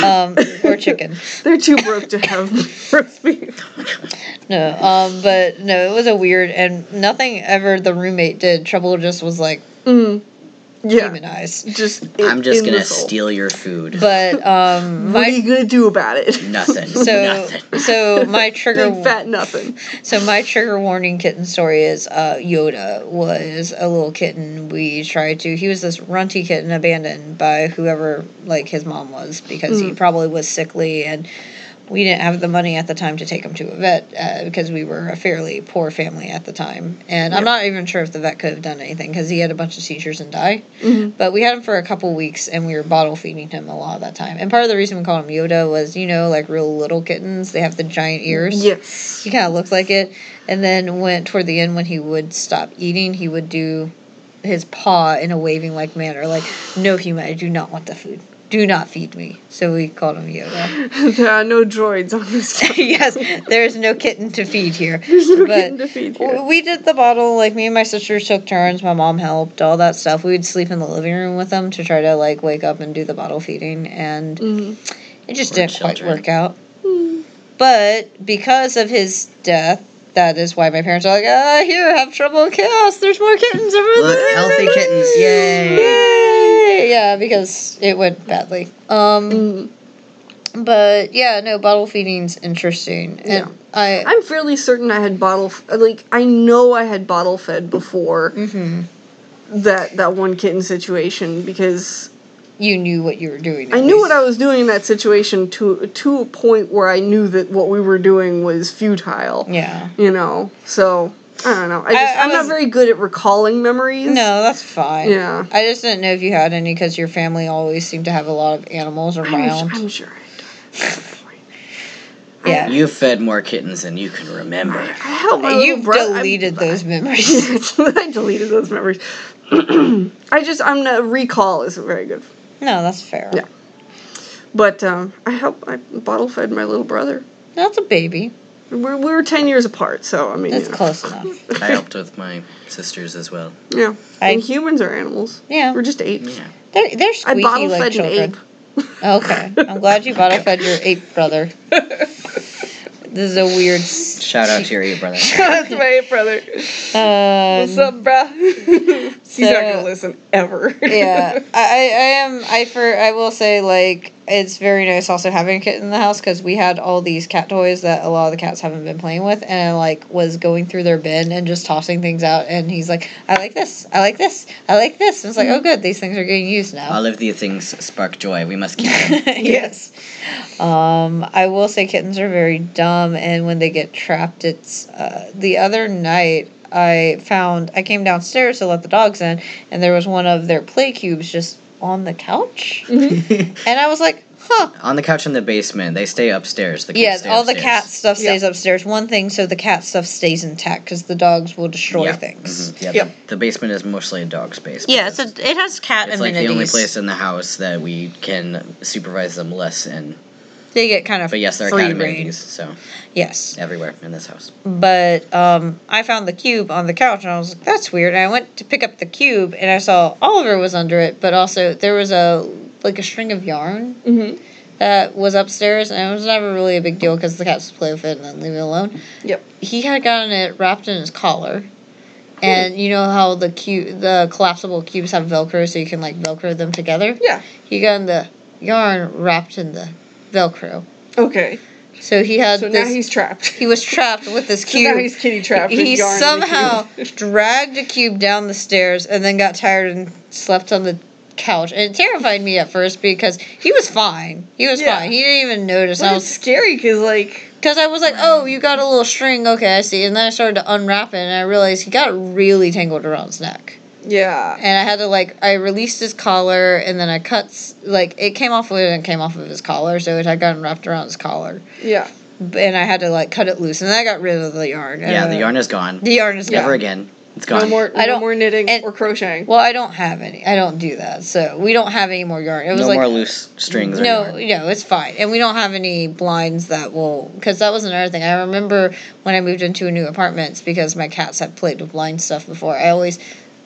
um, or chicken. They're too broke to have *laughs* roast beef. No, um, but no, it was a weird and nothing ever the roommate did. Trouble just was like Yeah. demonized. Just *laughs* I'm just in the gonna soul. steal your food. But um, What are *laughs* my you gonna do about it? *laughs* Nothing. so Nothing. so my *laughs* trigger Big fat nothing. So my trigger warning kitten story is uh, Yoda was a little kitten. We tried to. He was this runty kitten abandoned by whoever like his mom was because he probably was sickly and we didn't have the money at the time to take him to a vet uh, because we were a fairly poor family at the time. And I'm not even sure if the vet could have done anything because he had a bunch of seizures and died. But we had him for a couple weeks and we were bottle feeding him a lot of that time. And part of the reason we called him Yoda was, you know, like real little kittens, they have the giant ears Yes. he kind of looked like it. And then when toward the end, when he would stop eating, he would do his paw in a waving like manner, like "No human, I do not want the food. Do not feed me." So we called him *laughs* Yoda. *laughs* There are no droids on this. *laughs* yes, there is no kitten to feed here. There's no but kitten to feed here. w- We did the bottle. Like me and my sisters took turns. My mom helped. All that stuff. We would sleep in the living room with them to try to like wake up and do the bottle feeding, and it just Poor didn't quite children. work out. Mm-hmm. But because of his death, that is why my parents are like, ah, here, have trouble, chaos. There's more kittens everywhere. Look, healthy kittens. Yay! Yay! Yeah, because it went badly. Um, but yeah, no, bottle feeding's interesting, and Yeah. I, I'm fairly certain I had bottle f- like I know I had bottle fed before Mm-hmm. that that one kitten situation because you knew what you were doing. I knew what I was doing in that situation to to a point where I knew that what we were doing was futile. Yeah. You know, so I don't know. I just I I, am was- not very good at recalling memories. No, that's fine. Yeah. I just didn't know if you had any because your family always seemed to have a lot of animals I'm, around. I'm sure I don't. yeah. You fed more kittens than you can remember. I helped my You little brother. I'm- *laughs* deleted those memories. I deleted those memories. *clears throat* I just I'm not recall isn't very good. no, that's fair. Yeah. But um, I helped. I bottle fed my little brother. That's a baby. We're, we were ten years apart, so I mean, That's you know. close enough. I helped with my sisters as well. Yeah, I- and humans are animals. Yeah. we're just apes. Yeah. They're, they're I squeaky bottle like fed children. Oh, an ape. Okay. I'm glad you bottle fed your ape brother. this is a weird. s- Shout out to your *laughs* eight brother. *laughs* That's my ape brother. Um, *laughs* What's up, bruh? He's not gonna So- listen ever. *laughs* yeah, I, I I am. I for I will say like it's very nice also having a kitten in the house because we had all these cat toys that a lot of the cats haven't been playing with, and I, like was going through their bin and just tossing things out, and he's like, I like this, I like this, I like this. And it's Mm-hmm. like, oh good, these things are getting used now. All of these things spark joy. We must keep *laughs* them. yes. Um, I will say kittens are very dumb, and when they get trapped, it's uh, the other night. I found I came downstairs to let the dogs in, and there was one of their play cubes just on the couch, Mm-hmm. and I was like, "Huh." On the couch in the basement, they stay upstairs. The kids Yeah, stay all the Oh, upstairs. cat stuff stays Yeah. upstairs. One thing, so the cat stuff stays intact because the dogs will destroy Yeah. things. Mhm. Yeah, Yeah. The, the basement is mostly a dog space. Yeah, it's a, it has cat It's like amenities. the only place in the house that we can supervise them less in. they get kind of But yes, there are free cat reign. amenities, so Yes, everywhere in this house. but um, I found the cube on the couch and I was like, that's weird. And I went to pick up the cube and I saw Oliver was under it, but also there was a like a string of yarn Mm-hmm. that was upstairs and it was never really a big deal because the cats would play with it and then leave it alone. Yep. He had gotten it wrapped in his collar. Hmm. And you know how the cube, the collapsible cubes have Velcro, so you can like Velcro them together. Yeah. He got the yarn wrapped in the Velcro, Okay. so he had. So this, now he's trapped. *laughs* he was trapped with this So cube. now he's kitty trapped. with He yarn in the *laughs* somehow dragged a cube down the stairs and then got tired and slept on the couch. And it terrified me at first because he was fine. He was Yeah. fine. He didn't even notice. I Well, it's was scary because like because I was like, "Oh, you got a little string. Okay, I see." And then I started to unwrap it, and I realized he got really tangled around his neck. yeah, And I had to like I released his collar, and then I cut s- like it came off of it and came off of his collar, so it had gotten wrapped around his collar. yeah, And I had to like cut it loose, and then I got rid of the yarn. Yeah, the Uh, yarn is gone. The yarn is gone. Never again. It's gone. no more, I no don't- more knitting and- or crocheting. Well, I don't have any. I don't do that, so we don't have any more yarn. It was No like more loose strings. Or no, yarn. no, it's fine, and we don't have any blinds that will. Because that was another thing. I remember when I moved into a new apartment, it's because my cats had played with blind stuff before. I always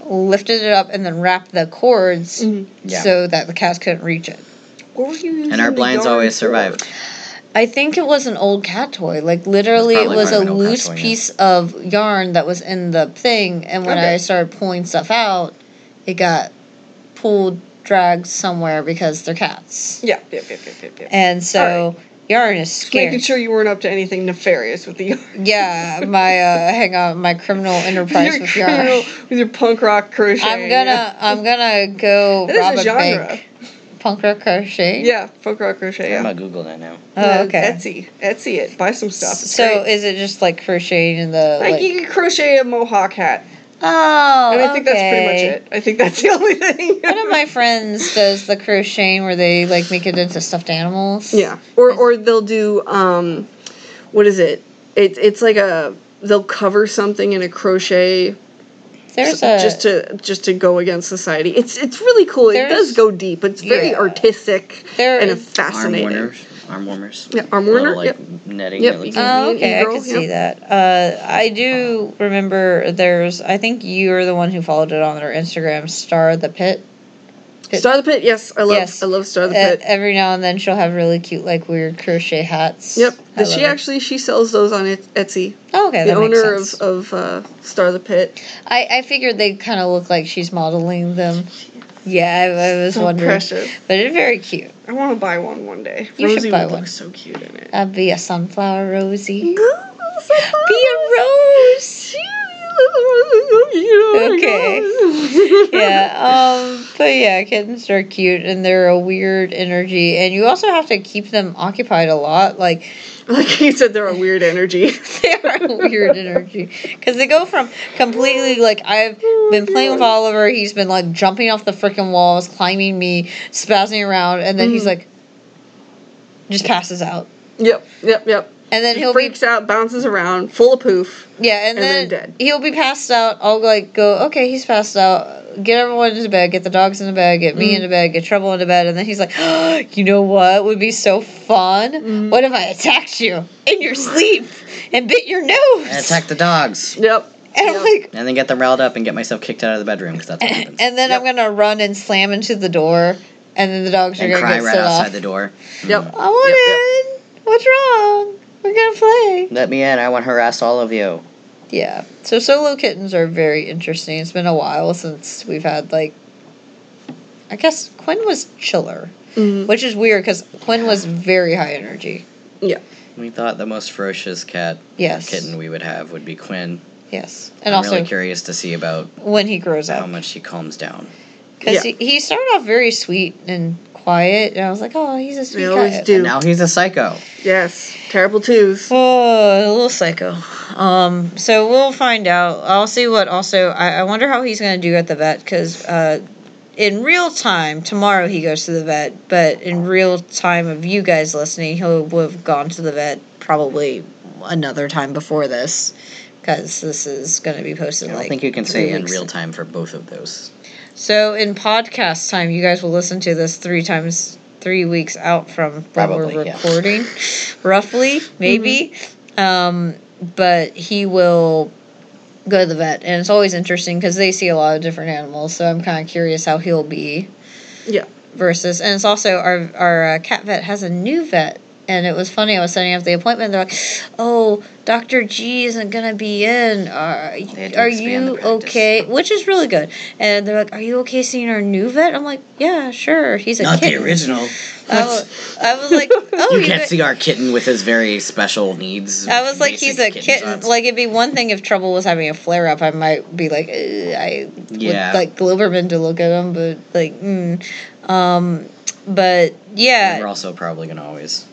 lifted it up and then wrapped the cords Mhm. Yeah. so that the cats couldn't reach it. What were you using and our the blinds yarn always for? survived. I think it was an old cat toy. Like literally, it probably was might a have been an old cat loose toy, yeah. piece of yarn that was in the thing, and when Okay. I started pulling stuff out, it got pulled, dragged somewhere because they're cats. Yeah, yep, yep, yep, yep, yep. And so yarn is Just making scary. sure you weren't up to anything nefarious with the *laughs* yarn. yeah, *laughs* my uh, hang on, my criminal enterprise Your with yarn. criminal, with your punk rock crochet. *laughs* I'm gonna I'm gonna go It is rob a a, genre. bank. Punk rock crochet. Yeah, folk rock crochet. I'm Yeah. gonna Google that now. Oh, okay. Etsy, Etsy it. Buy some stuff. It's so great. is it just like crocheting in the like, like? you can crochet a mohawk hat, oh, and I think that's pretty okay. much it. I think that's the *laughs* only thing. One of my friends does the crocheting where they like make it into stuffed animals. Yeah, or or they'll do um, what is it? It's it's like a they'll cover something in a crochet There's a just to just to go against society. It's it's really cool. It There's- does go deep. It's very Yeah. artistic There and is- fascinating. Arm warmers. Arm warmers. Yeah, arm Little, warmer. like Yep. netting. Yep, that you looks can- like- Oh, okay, I Girl, can see that. Uh, I do remember there's. I think you're the one who followed it on their Instagram. Star the Pit. Pit- Star the Pit. Yes, I love Yes. I love Star the E- Pit. every now and then she'll have really cute, like weird crochet hats. yep. I she love it. actually she sells those on Et- Etsy. Oh, okay, the that makes owner sense. of of uh, Star the Pit. I I figured they kind of look like she's modeling them. Yeah, I, I was So wondering, precious. but it's very cute. I want to buy one one day. You should Rosie buy would one. look so cute in it. I'd be a sunflower, Rosie. Be be a rose. Okay. *laughs* yeah, um, but yeah, kittens are cute and they're a weird energy, and you also have to keep them occupied a lot. Like *laughs* Like you said, they're a weird energy. *laughs* they are a weird energy because they go from completely like I've been playing with Oliver, he's been like jumping off the freaking walls, climbing me, spazzing around, and then he's Mhm. like just passes out, Yep, yep, yep. and then he'll be Freaks out, bounces around, full of poof. Yeah, And and, then then, dead. he'll be passed out. I'll like go, okay, he's passed out. Get everyone into bed. Get the dogs into bed. Get Mm. me into bed. Get trouble into bed. And then he's like, *gasps* you know what would be so fun? Mm. What if I attacked you in your sleep and bit your nose? And attack the dogs. Yep. *laughs* and I'm like, *laughs* And then get them riled up and get myself kicked out of the bedroom because *laughs* that's what happens. and then I'm gonna run and slam into the door, and then the dogs are and gonna cry get right set outside off. the door. Mm. Yep. I want Yep, in. What's wrong? We're gonna play. Let me in. I want to harass all of you. Yeah. So solo kittens are very interesting. It's been a while since we've had like I guess Quinn was chiller, Mhm. which is weird cuz Quinn was very high energy. Yeah. We thought the most ferocious cat Yes. kitten we would have would be Quinn. Yes. And I'm also really curious to see about when he grows how up much she calms down. cuz Yeah. he, he started off very sweet and quiet and I was like, "Oh, he's a sweet They always cat." do. Now he's a psycho. Yes. Terrible twos. Oh, a little psycho. Um, so we'll find out. I'll see what also. I, I wonder how he's gonna do at the vet because uh, in real time tomorrow he goes to the vet, but in real time of you guys listening, he'll have gone to the vet probably another time before this because this is gonna be posted I like. don't think you can three say in weeks. real time for both of those. So in podcast time, you guys will listen to this three times, three weeks out from when Probably, we're yeah. recording, *laughs* roughly, maybe. Um, but he will go to the vet, and it's always interesting because they see a lot of different animals. So I'm kind of curious how he'll be Yeah. versus, and it's also our our uh, cat vet has a new vet. and it was funny. I was setting up the appointment. They're like, "Oh, Doctor G isn't gonna be in. Are, had to are expand the you practice. okay?" Which is really good. And they're like, "Are you okay seeing our new vet?" I'm like, "Yeah, sure. He's a Not the kitten." original. I wa- I was *laughs* like, "Oh, you can't guys- see our kitten with his very special needs. I was like, basic he's a kitten. jobs. Like, it'd be one thing if Trouble was having a flare up. I might be like, "Ugh," I Yeah. would like Globerman to look at him, but like, mm. um, but And we're yeah, also probably gonna always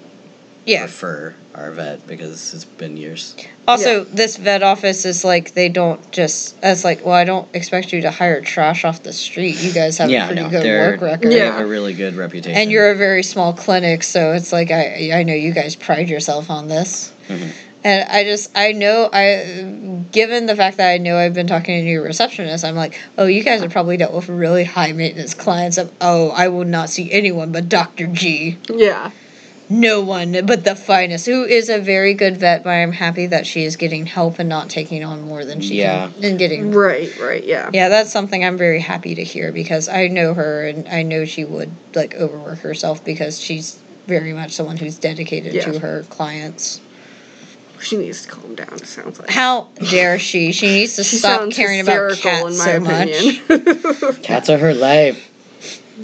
yeah. prefer our vet because it's been years. Also, this vet office is like they don't just. It's like, well, I don't expect you to hire trash off the street. You guys have a yeah, pretty no, good they're work record. they Yeah. have a really good reputation. And you're a very small clinic, so it's like I I know you guys pride yourself on this. Mhm. And I just I know I given the fact that I know I've been talking to your receptionist, I'm like, oh, you guys have probably dealt with really high maintenance clients. Of oh, I will not see anyone but Doctor G. Yeah. No one but the finest, who is a very good vet. But I'm happy that she is getting help and not taking on more than she Yeah. can and getting Right, right, yeah. yeah, that's something I'm very happy to hear because I know her and I know she would like overwork herself because she's very much someone who's dedicated Yeah. to her clients. She needs to calm down, it sounds like. How dare she? She needs to She stop sounds caring about cats hysterical, so much. *laughs* opinion. Cats are her life.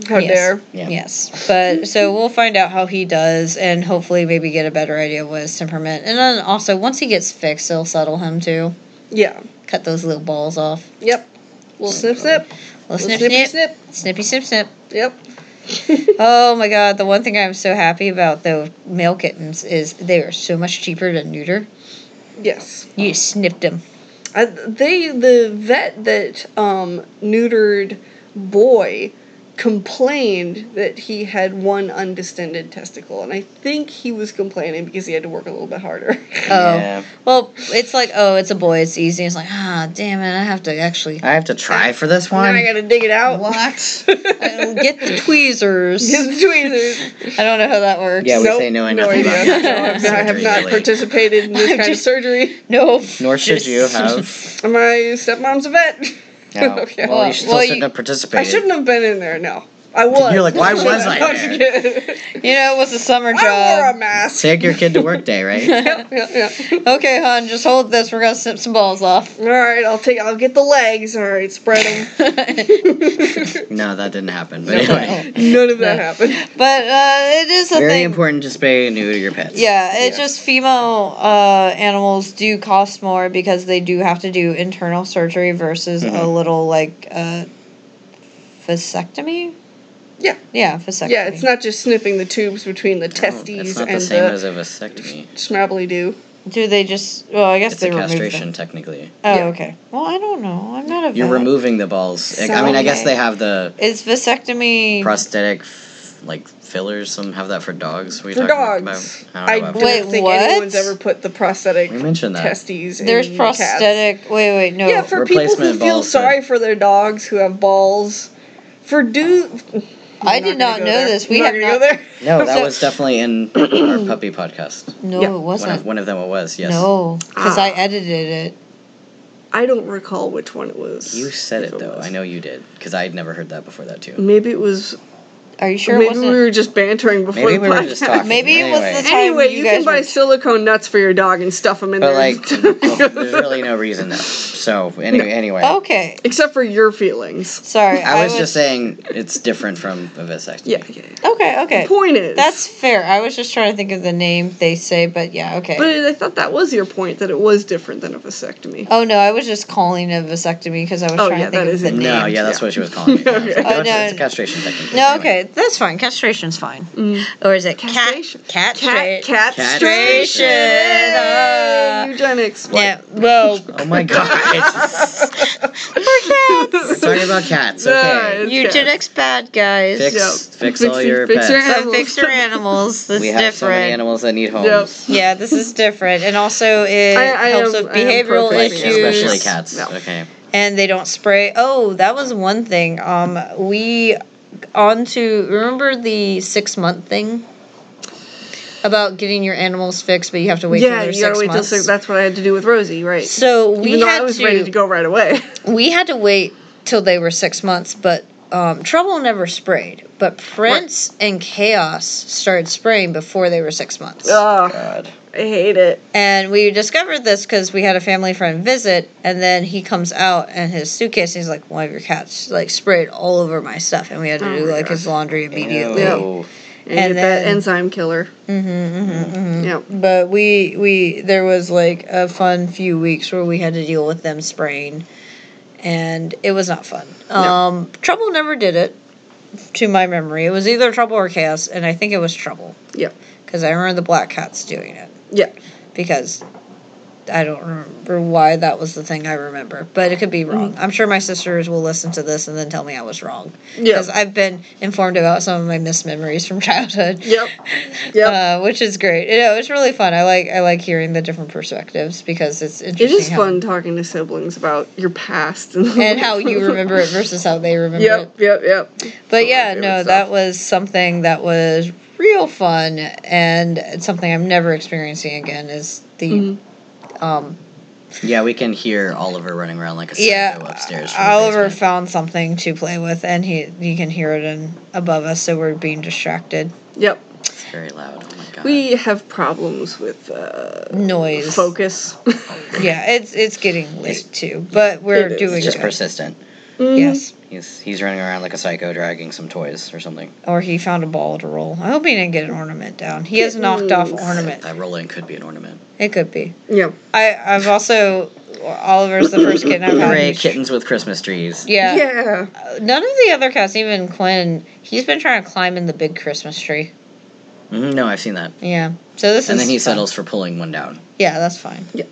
How Yes. dare. Yeah. Yes, but so we'll find out how he does and hopefully maybe get a better idea of what his temperament. And then also once he gets fixed, they'll settle him too. Yeah. Cut those little balls off. Yep. Well, snip, snip. Little Little snip, snip, snip. snippy, snip, snip. *laughs* Yep. Oh my god, the one thing I'm so happy about though male kittens is they are so much cheaper to neuter. Yes. You just snipped them. I, they the vet that um, neutered boy complained that he had one undistended testicle, and I think he was complaining because he had to work a little bit harder. *laughs* Oh. Yeah. Well, it's like, oh, it's a boy, it's easy. It's like, ah, damn it, I have to actually I have to try for this now I one. gotta dig it out. *laughs* what? I'll *laughs* get the tweezers. Get the tweezers. I don't know how that works. *laughs* Yeah, we Nope, say no, I no know nothing idea. about No, that. I've not- I have Surgery not related. participated in this I'm kind of just- surgery. No. *laughs* Nor should Just- you *laughs* have. My stepmom's a vet. No. Okay. Well, you should still Well, you- shouldn't have participated. I shouldn't have been in there. No, I was. You're like, *laughs* why was I I'm just kidding. You know, it was a summer I wore a job. mask. Take your kid to work *laughs* day, right? Yep, yep, yep. Okay, hon, just hold this. We're gonna snip some balls off. *laughs* All right, I'll take. I'll get the legs. All right, spread *laughs* them. uh, no, that *laughs* didn't happen. But anyway, None of that happened. But uh, it is a very thing. important to spay and neuter your pets. Yeah, it's Yeah. just female uh, animals do cost more because they do have to do internal surgery versus a Mhm. little like uh, vasectomy. Yeah. Yeah, vasectomy. Yeah, it's not just snipping the tubes between the No, testes Mm, It's not and the same as the a vasectomy. schmabbly do. Do they just? Well, I guess It's they a remove them. castration, technically. Oh, Yeah. okay. Well, I don't know. I'm not a. You're vet. removing the balls. I- I mean, I guess Someday. they have the Is vasectomy? prosthetic, f- like fillers. Some have that for dogs. What are For you talking dogs, About? I I don't know don't about- Wait, think what? anyone's ever put the prosthetic we mentioned that. testes. in There's the cats. prosthetic. Wait, wait, no. Yeah, for people who Replacement feel balls, sorry for their dogs who have balls. For do, I did not know this. We We're have gonna go not. there. *laughs* No, that So- was definitely *clears throat* in our puppy podcast. No, Yeah. it One wasn't. of, one of them it was, yes. No, because I Ah. edited it. I don't recall which one it was. You said If it, though. was. I know you did. Because I had never heard that before that, too. Maybe it was. Are you sure it maybe wasn't? we were just bantering before. Maybe the we were just podcast. talking. Maybe it was the Anyway. time Anyway, you you, guys can buy were- silicone nuts for your dog and stuff them in But, there. *laughs* like, *laughs* there's really no reason. though. So, anyway. anyway. Okay, Except for your feelings. sorry. I, was just saying it's different from a vasectomy. Yeah, yeah. yeah. Okay, okay. Point is. That's fair. I was just trying to think of the name they say, but yeah, okay. But I thought that was your point that it was different than a vasectomy. oh no, I was just calling it a vasectomy because I was Oh, trying yeah, to think that of is the it. name. No, yeah, that's Yeah. what she was calling *laughs* it. Okay. I was like, Oh, no, it's, no. it's a castration technically. No, Anyway. okay, that's fine. Castration's fine. Mm. Or is it Castration. Cat, cat? cat, Cat? Castration. Yay, Uh, eugenics. Yeah. Well, Oh my god. poor We're *laughs* talking about cats, No, *laughs* okay. it's Eugenics bad guys. Fix, Yep. *laughs* fix all Fix- your fix pets. your So *laughs* fix your animals. That's we have so many different. animals that Yep. need homes. yeah, this is different, and also it I- I helps am- with I am behavioral pro-vaccine, issues. Especially cats. No. Okay. and they don't spray. Oh, that was one thing. Um, we on to remember the six month thing about getting your animals fixed, but you have to wait. till yeah, they're you gotta six wait till months. six. That's what I had to do with Rosie, right? So Even we though I had was to, ready to go right away. *laughs* we had to wait till they were six months, but um, Trouble never sprayed, but Prince and Chaos started spraying before they were six months. Oh, Ugh, God. I hate it. And we discovered this because we had a family friend visit, and then he comes out and his suitcase, he's like, one of your cats like sprayed all over my stuff, and we had to Oh do my like his laundry immediately. Ew. And, And that then- enzyme killer. Mm-hmm, hmm Yep. But we we there was like a fun few weeks where we had to deal with them spraying, and it was not fun. Um, Trouble never did it, to my memory. It was either Trouble or Chaos, and I think it was Trouble Yep. because I remember the Black Cats doing it Yep. because I don't remember why that was the thing I remember, but it could be wrong. Mm-hmm. I'm sure my sisters will listen to this and then tell me I was wrong Yep. because I've been informed about some of my missed memories from *laughs* childhood. Yep. Yep. Uh, which is great. You know, it's really fun. I like I like hearing the different perspectives because it's interesting. it is how- fun talking to siblings about your past and, *laughs* And how *laughs* you remember it versus how they remember Yep, yep, yep. it. But my yeah, favorite no, stuff. that was something that was real fun and it's something I'm never experiencing again is the Mhm. um Yeah, we can hear Oliver running around like a psycho yeah upstairs. From the Oliver basement. found something to play with and he you can hear it in above us so we're being distracted. Yep. It's very loud. Oh my god. We have problems with uh, Noise. focus. *laughs* Yeah, it's it's getting late too, but we're It is. doing He's just good. persistent. Yes. He's he's running around like a psycho, dragging some toys or something. Or he found a ball to roll. I hope he didn't get an ornament down. He has knocked off Kittens. ornament. That rolling could be an ornament. It could be. Yeah. I I've also Oliver's the first kitten I've had. Hooray, who's- kittens with Christmas trees. Yeah. Yeah. None of the other cats, even Quinn, he's been trying to climb in the big Christmas tree. Mhm, no, I've seen that. Yeah. So this And is. then he fun. settles for pulling one down. Yeah, that's fine. Yeah.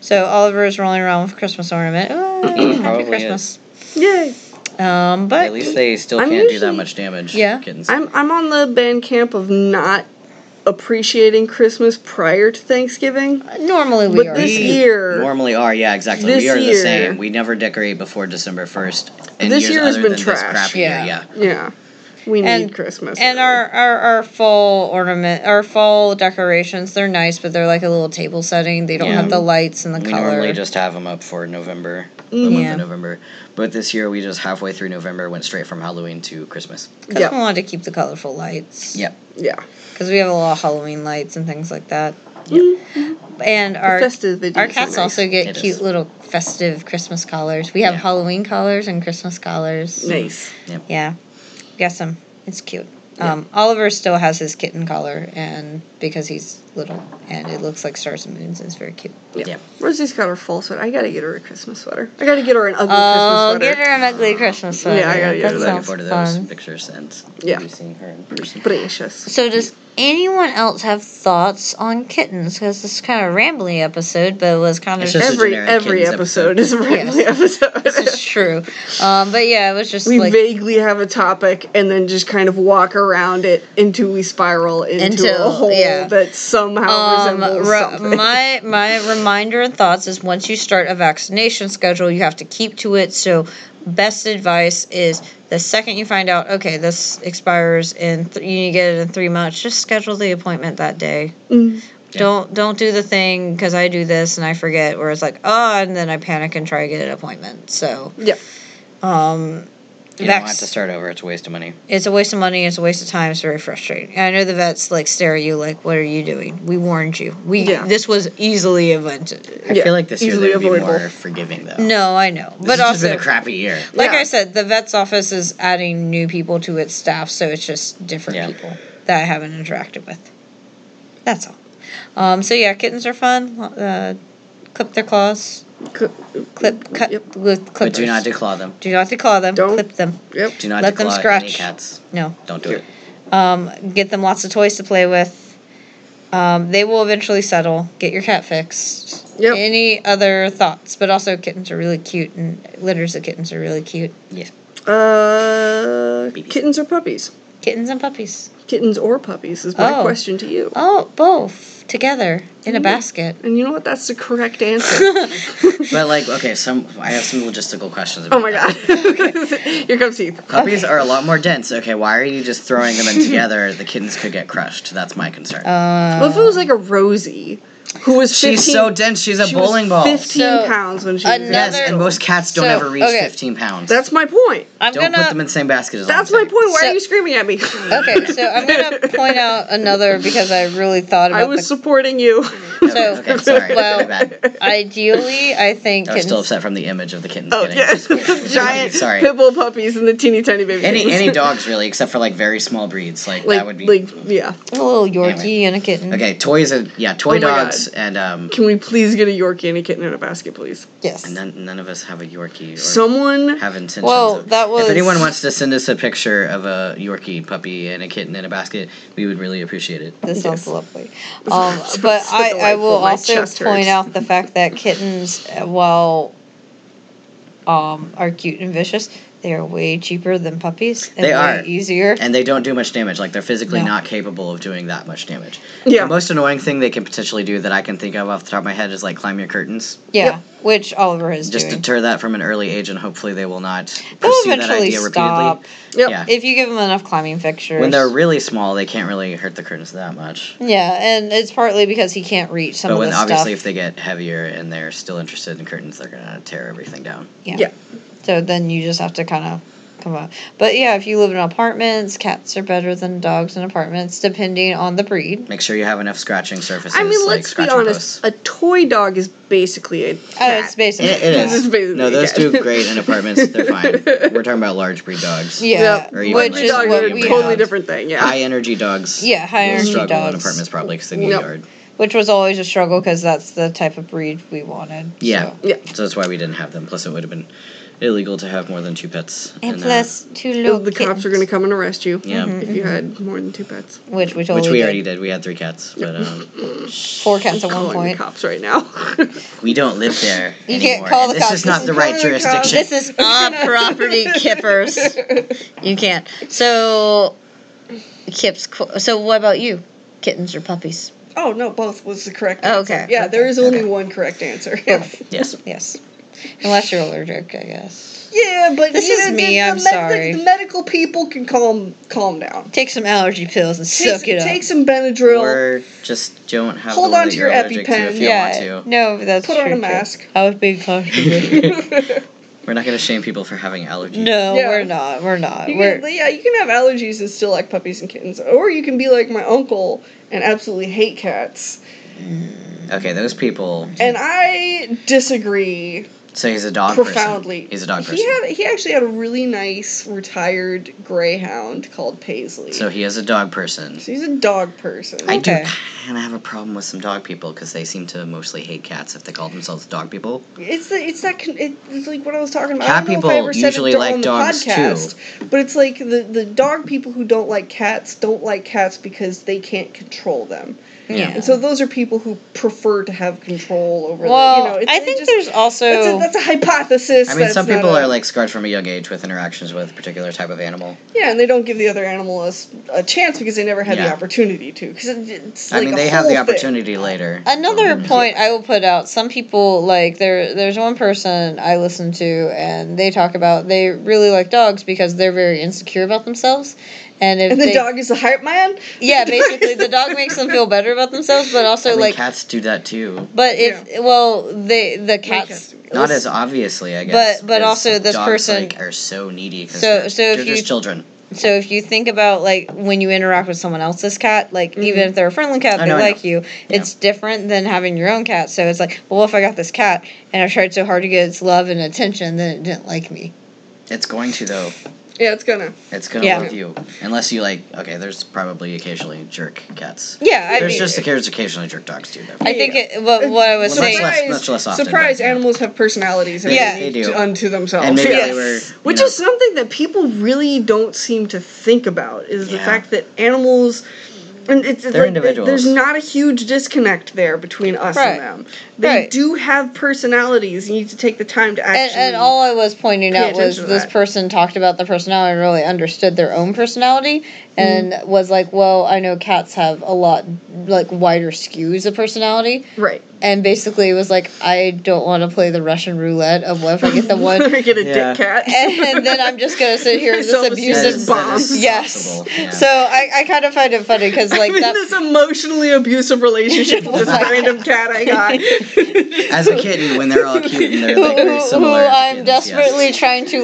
So Oliver is rolling around with a Christmas *clears throat* ornament. Ooh, happy Probably Christmas. Yay. Um, but At least they still I'm can't do that usually- much damage. Yeah. Kittens. I'm I'm on the band camp of not appreciating Christmas prior to Thanksgiving. normally we But are. this too. year Normally are yeah exactly. This we are year- the same. We never decorate before December first. This year has been trash. Crappy Yeah. Year, yeah. Yeah. We need And- Christmas. And early. our, our, our fall ornament, our fall decorations, they're nice, but they're like a little table setting. They don't Yeah. have the lights and the We color. normally just have them up for November, the Mm, month Yeah. of November. But this year we just halfway through November went straight from Halloween to Christmas. 'Cause we Yeah. wanted to keep the colorful lights. Yep. Yeah. Because we have a lot of Halloween lights and things like that. And Our, our festivities. our are cats nice. also get It cute is. little festive Christmas collars. We have Yeah. Halloween collars and Christmas collars. nice. Yeah. Guess them. It's cute. Um, Oliver still has his kitten collar, and because he's little, and it looks like stars and moons, and it's very cute. Yeah. Yeah. Rosie's got her fall sweater. I gotta get her a Christmas sweater. I gotta get her an ugly Oh, Christmas get sweater. her an ugly Christmas Yeah, I gotta sweater. get that her that. Looking sounds forward to those fun. pictures and Yeah. seeing her in person. Precious. So, does anyone else have thoughts on kittens? Because this is kind of rambly episode, but it was kind of It's just- a Every generic every kittens episode, episode. is a rambly *laughs* this is episode. true. Um, but yeah, it was just we like vaguely have a topic and then just kind of walk around it until we spiral into Until- a hole yeah. that somehow um, resembles re- something. my my reminder and thoughts is once you start a vaccination schedule, you have to keep to it. So, best advice is the second you find out, okay, this expires in th- you get it in three months, just schedule the appointment that day. Mm. Yeah. Don't don't do the thing because I do this and I forget where it's like oh and then I panic and try to get an appointment. So *laughs* Yep. um, You don't vax- have to start over. It's a waste of money. it's a waste of money. It's a waste of time. It's very frustrating. And I know the vets like stare at you like what are you doing? We warned you. We Yeah. this was easily invented. I Yeah, feel like this year easily they would be avoidable. more forgiving though. No, I know, This but has just also. been a crappy year. like Yeah. I said, the vet's office is adding new people to its staff, so it's just different Yeah. people that I haven't interacted with. That's all. Um, so yeah, kittens are fun. Uh, clip their claws. Cl- Clip cut Yep. with clippers. But do not declaw them. do not declaw them. Don't- Clip them. Yep. Do not Let them declaw any scratch. cats. No. Don't do Yeah. it. Um, get them lots of toys to play with. Um, they will eventually settle. Get your cat fixed. Yep. Any other thoughts? But also, kittens are really cute, and litters of kittens are really cute. Yes. Uh, kittens or puppies? Kittens and puppies. Kittens or puppies is my Oh. question to you. Oh, both together in a basket. And you know what? That's the correct *laughs* answer. But like, okay, some I have some logistical questions. About oh my that. god. *laughs* Here comes Heath. Puppies are a lot more dense. Okay, why are you *laughs* just Uh, throwing them in together? The kittens could get crushed. That's my concern. Well, if it was like a Rosie, who was 15, She's so dense. She's a she was bowling ball. 15 So, pounds when she was another- yes, Yes, and most cats don't So, ever reach okay. 15 pounds. That's my point. I'm don't gonna put them in the same basket as That's my long point. Why So- are you screaming *laughs* at me? okay. So I'm gonna point out another because I really thought about I was the supporting *laughs* you. So- okay, sorry. well, My bad. Ideally, I think I was still kittens. upset from the image of the kittens Oh getting yeah, *laughs* squished. giant *laughs* sorry. pit bull puppies and the teeny tiny baby. Any kittens. any *laughs* dogs really, except for like very small breeds. Like, like that would be like yeah. a little Yorkie and a kitten. okay. Toys and yeah, toy Oh my dogs and um. Can we please get a Yorkie and a kitten in a basket, please? Yes. None, none of us have a Yorkie or Someone have intentions. Well, of, that was- If anyone wants to send us a picture of a Yorkie puppy and a kitten in a basket, we would really appreciate it. This sounds Yes. *laughs* lovely. Um, sounds but so I, I will delightful. My also chest point hurts. out the fact that kittens, uh, while um, are cute and vicious, they are way cheaper than puppies. And They way are. easier. And they don't do much damage. Like they're physically No. not capable of doing that much damage. Yeah. The most annoying thing they can potentially do that I can think of off the top of my head is like climb your curtains. yeah, Yep. which Oliver is Just doing. deter that from an early age, and hopefully they will not They'll pursue that eventually idea stop repeatedly. Yep. Yeah. if you give them enough climbing pictures. When they're really small, they can't really hurt the curtains that much. yeah, and it's partly because he can't reach some But of when the obviously if stuff. they get heavier and they're still interested in curtains, they're gonna tear everything down. yeah. Yeah. So then you just have to kind of come on. But yeah, if you live in apartments, cats are better than dogs in apartments, depending on the breed. Make sure you have enough scratching surfaces. I mean, like let's be scratching honest. Posts. A toy dog is basically a Oh, cat. it's basically. It, it This is is. basically No, those a cat. do great in apartments. They're fine. We're talking about large breed dogs. Yeah, Or even which like is Dog what is a we totally had, different thing. Yeah. High energy dogs. Yeah, high will energy struggle in dogs. apartments probably because they need Nope. yard. which was always a struggle because that's the type of breed we wanted. Yeah. so. yeah. So that's why we didn't have them. Plus, it would have been illegal to have more than two pets. And in a- plus, two little The cops kittens, Mm-hmm, are going to come and arrest you. yeah. If you had more than two pets. which oh, we totally Which we did. already did. We had three cats, but um, four cats at one Calling the point. cops right now. *laughs* we don't live there You anymore. can't call and the this cops. is not This the is right calling the cops. jurisdiction. This is *laughs* our property, *laughs* kippers. You can't. So, Kip's. qu- So, what about you? Kittens or puppies? oh no, both was the correct. Oh, Answer. okay, Yeah, there okay, is only okay. one correct *laughs* answer. Yes. Yes, unless you're allergic, I guess. yeah, but This you is know, me, The, I'm the sorry. The, medical people can calm calm down. Take some allergy pills and Take, soak it up. take some Benadryl. *laughs* Or just don't have Hold the one on that to you're your allergic to EpiPen. if you yeah, want to. no, that's Put on true, a too. mask. I was being cautious. *laughs* We're not going to shame people for having allergies. No, Yeah. we're not. We're not. You we're can, yeah, you can have allergies and still like puppies and kittens, or you can be like my uncle and absolutely hate cats. Okay, those people. And I disagree So he's a dog profoundly. person. He's a dog person. He had he actually had a really nice retired greyhound called Paisley. so he is a dog person. So he's a dog person. I do Okay. kind of have a problem with some dog people because they seem to mostly hate cats if they call themselves dog people. It's the, it's that con- it's like what I was talking about. Cat I don't know people if I ever said usually it do- like on the dogs, too. podcast, but it's like the the dog people who don't like cats don't like cats because they can't control them. yeah. And so those are people who prefer to have control over. well, the, you know, it's, I it think just- there's also that's a, that's a hypothesis. I mean, that's some not people a- are like scarred from a young age with interactions with a particular type of animal. yeah, and they don't give the other animal a, s- a chance because they never had the Yeah. opportunity to. Because it's like I mean, a they have whole the thing. opportunity later. Uh, another Mhm. point I will put out. Some people like there. There's one person I listen to, and they talk about they really like dogs because they're very insecure about themselves, and if And the they, dog is the hype man. yeah, basically the dog makes them feel better about themselves, *laughs* but also I mean, like. cats do that too. but if well, they the cats. cats do. Not as obviously, I guess. but because also this dogs, person- like, are so needy because So- they're, so if they're just you- children. So if you think about like when you interact with someone else's cat, like even if they're a friendly cat, I they know, I know. like you. It's different than having your own cat. So it's like, well, if I got this cat and I tried so hard to get its love and attention, then it didn't like me. It's going to though. Yeah, it's gonna. It's gonna Yeah. love you unless you like. Okay, there's probably occasionally jerk cats. Yeah, I there's mean, just there's occasionally jerk dogs too. Though. I think it, what what I was Well, much saying. less- much less often, Surprise! but, yeah. Animals have personalities. And Yeah. yeah, They they do. unto themselves. and maybe yeah. they Yes. were, you Which know, is something that people really don't seem to think about is the Yeah. fact that animals. And it's They're like, th- There's individuals. not a huge disconnect there between us Right. and them. They Right. do have personalities. You need to take the time to And, actually. and all I was pointing out was attention to this that. person talked about the personality and really understood their own personality, and was like, well, I know cats have a lot like wider skews of personality, *laughs* Right. and basically was like, I don't want to play the Russian roulette of what if I get the *laughs* one, We're gonna Yeah. dick cat. and then I'm just gonna sit here in So this this abusive is bombs. Yes. possible, yeah. So I, I kind of find it funny *laughs* because like I'm in that this emotionally abusive relationship with this random cat I *laughs* got. As a kitten, when they're all cute and they're who, like very who similar. to I'm kittens, yes. desperately trying to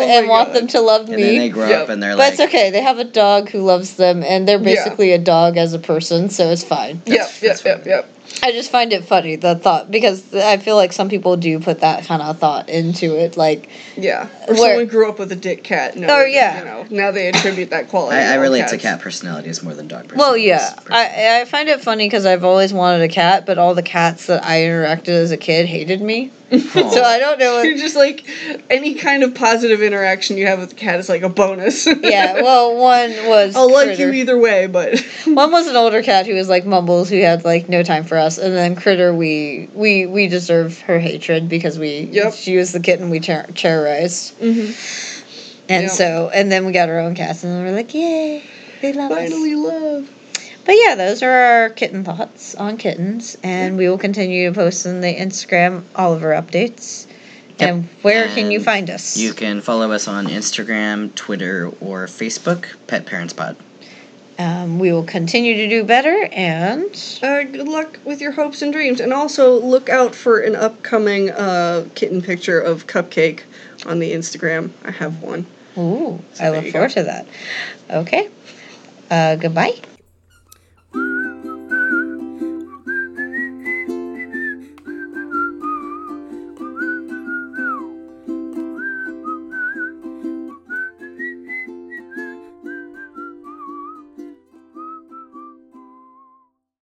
Oh and my want God. them to love And then me. they grow Yep. up and they're but like, it's okay. They have a dog who loves them, and they're Yeah. basically a dog as a person, so it's fine. Yep, yep, that's yep, fine. yep. I just find it funny the thought because I feel like some people do put that kind of thought into it, like Yeah. Or Where- someone grew up with a dick cat. and Oh, now they- yeah. You know, now they attribute that quality. I, I all relate to cats. cat personalities more than dog personalities. Well, yeah, personally. I, I find it funny because I've always wanted a cat, but all the cats that I interacted as a kid hated me. *laughs* Aw. So I don't know. *laughs* You're If, just like any kind of positive interaction you have with the cat is like a bonus. *laughs* yeah, well, one was I'll Oh, like Critter. you either way, but One was an older cat who was like mumbles, who had like no time for us, and then Critter, we we we deserve her hatred because we Yep. she was the kitten we ter- terrorized, and Yep. so and then we got our own cats, and we're like, yay, they love us. finally love. But yeah, those are our kitten thoughts on kittens, and we will continue to post in the Instagram all of our updates. Yep. And where can you And find us? You can follow us on Instagram, Twitter, or Facebook, Pet Parents Pod. Um, we will continue to do better, and Uh, good luck with your hopes and dreams, and also look out for an upcoming uh, kitten picture of Cupcake on the Instagram. I have one. ooh, I there look you go. forward to that. Okay, uh, goodbye.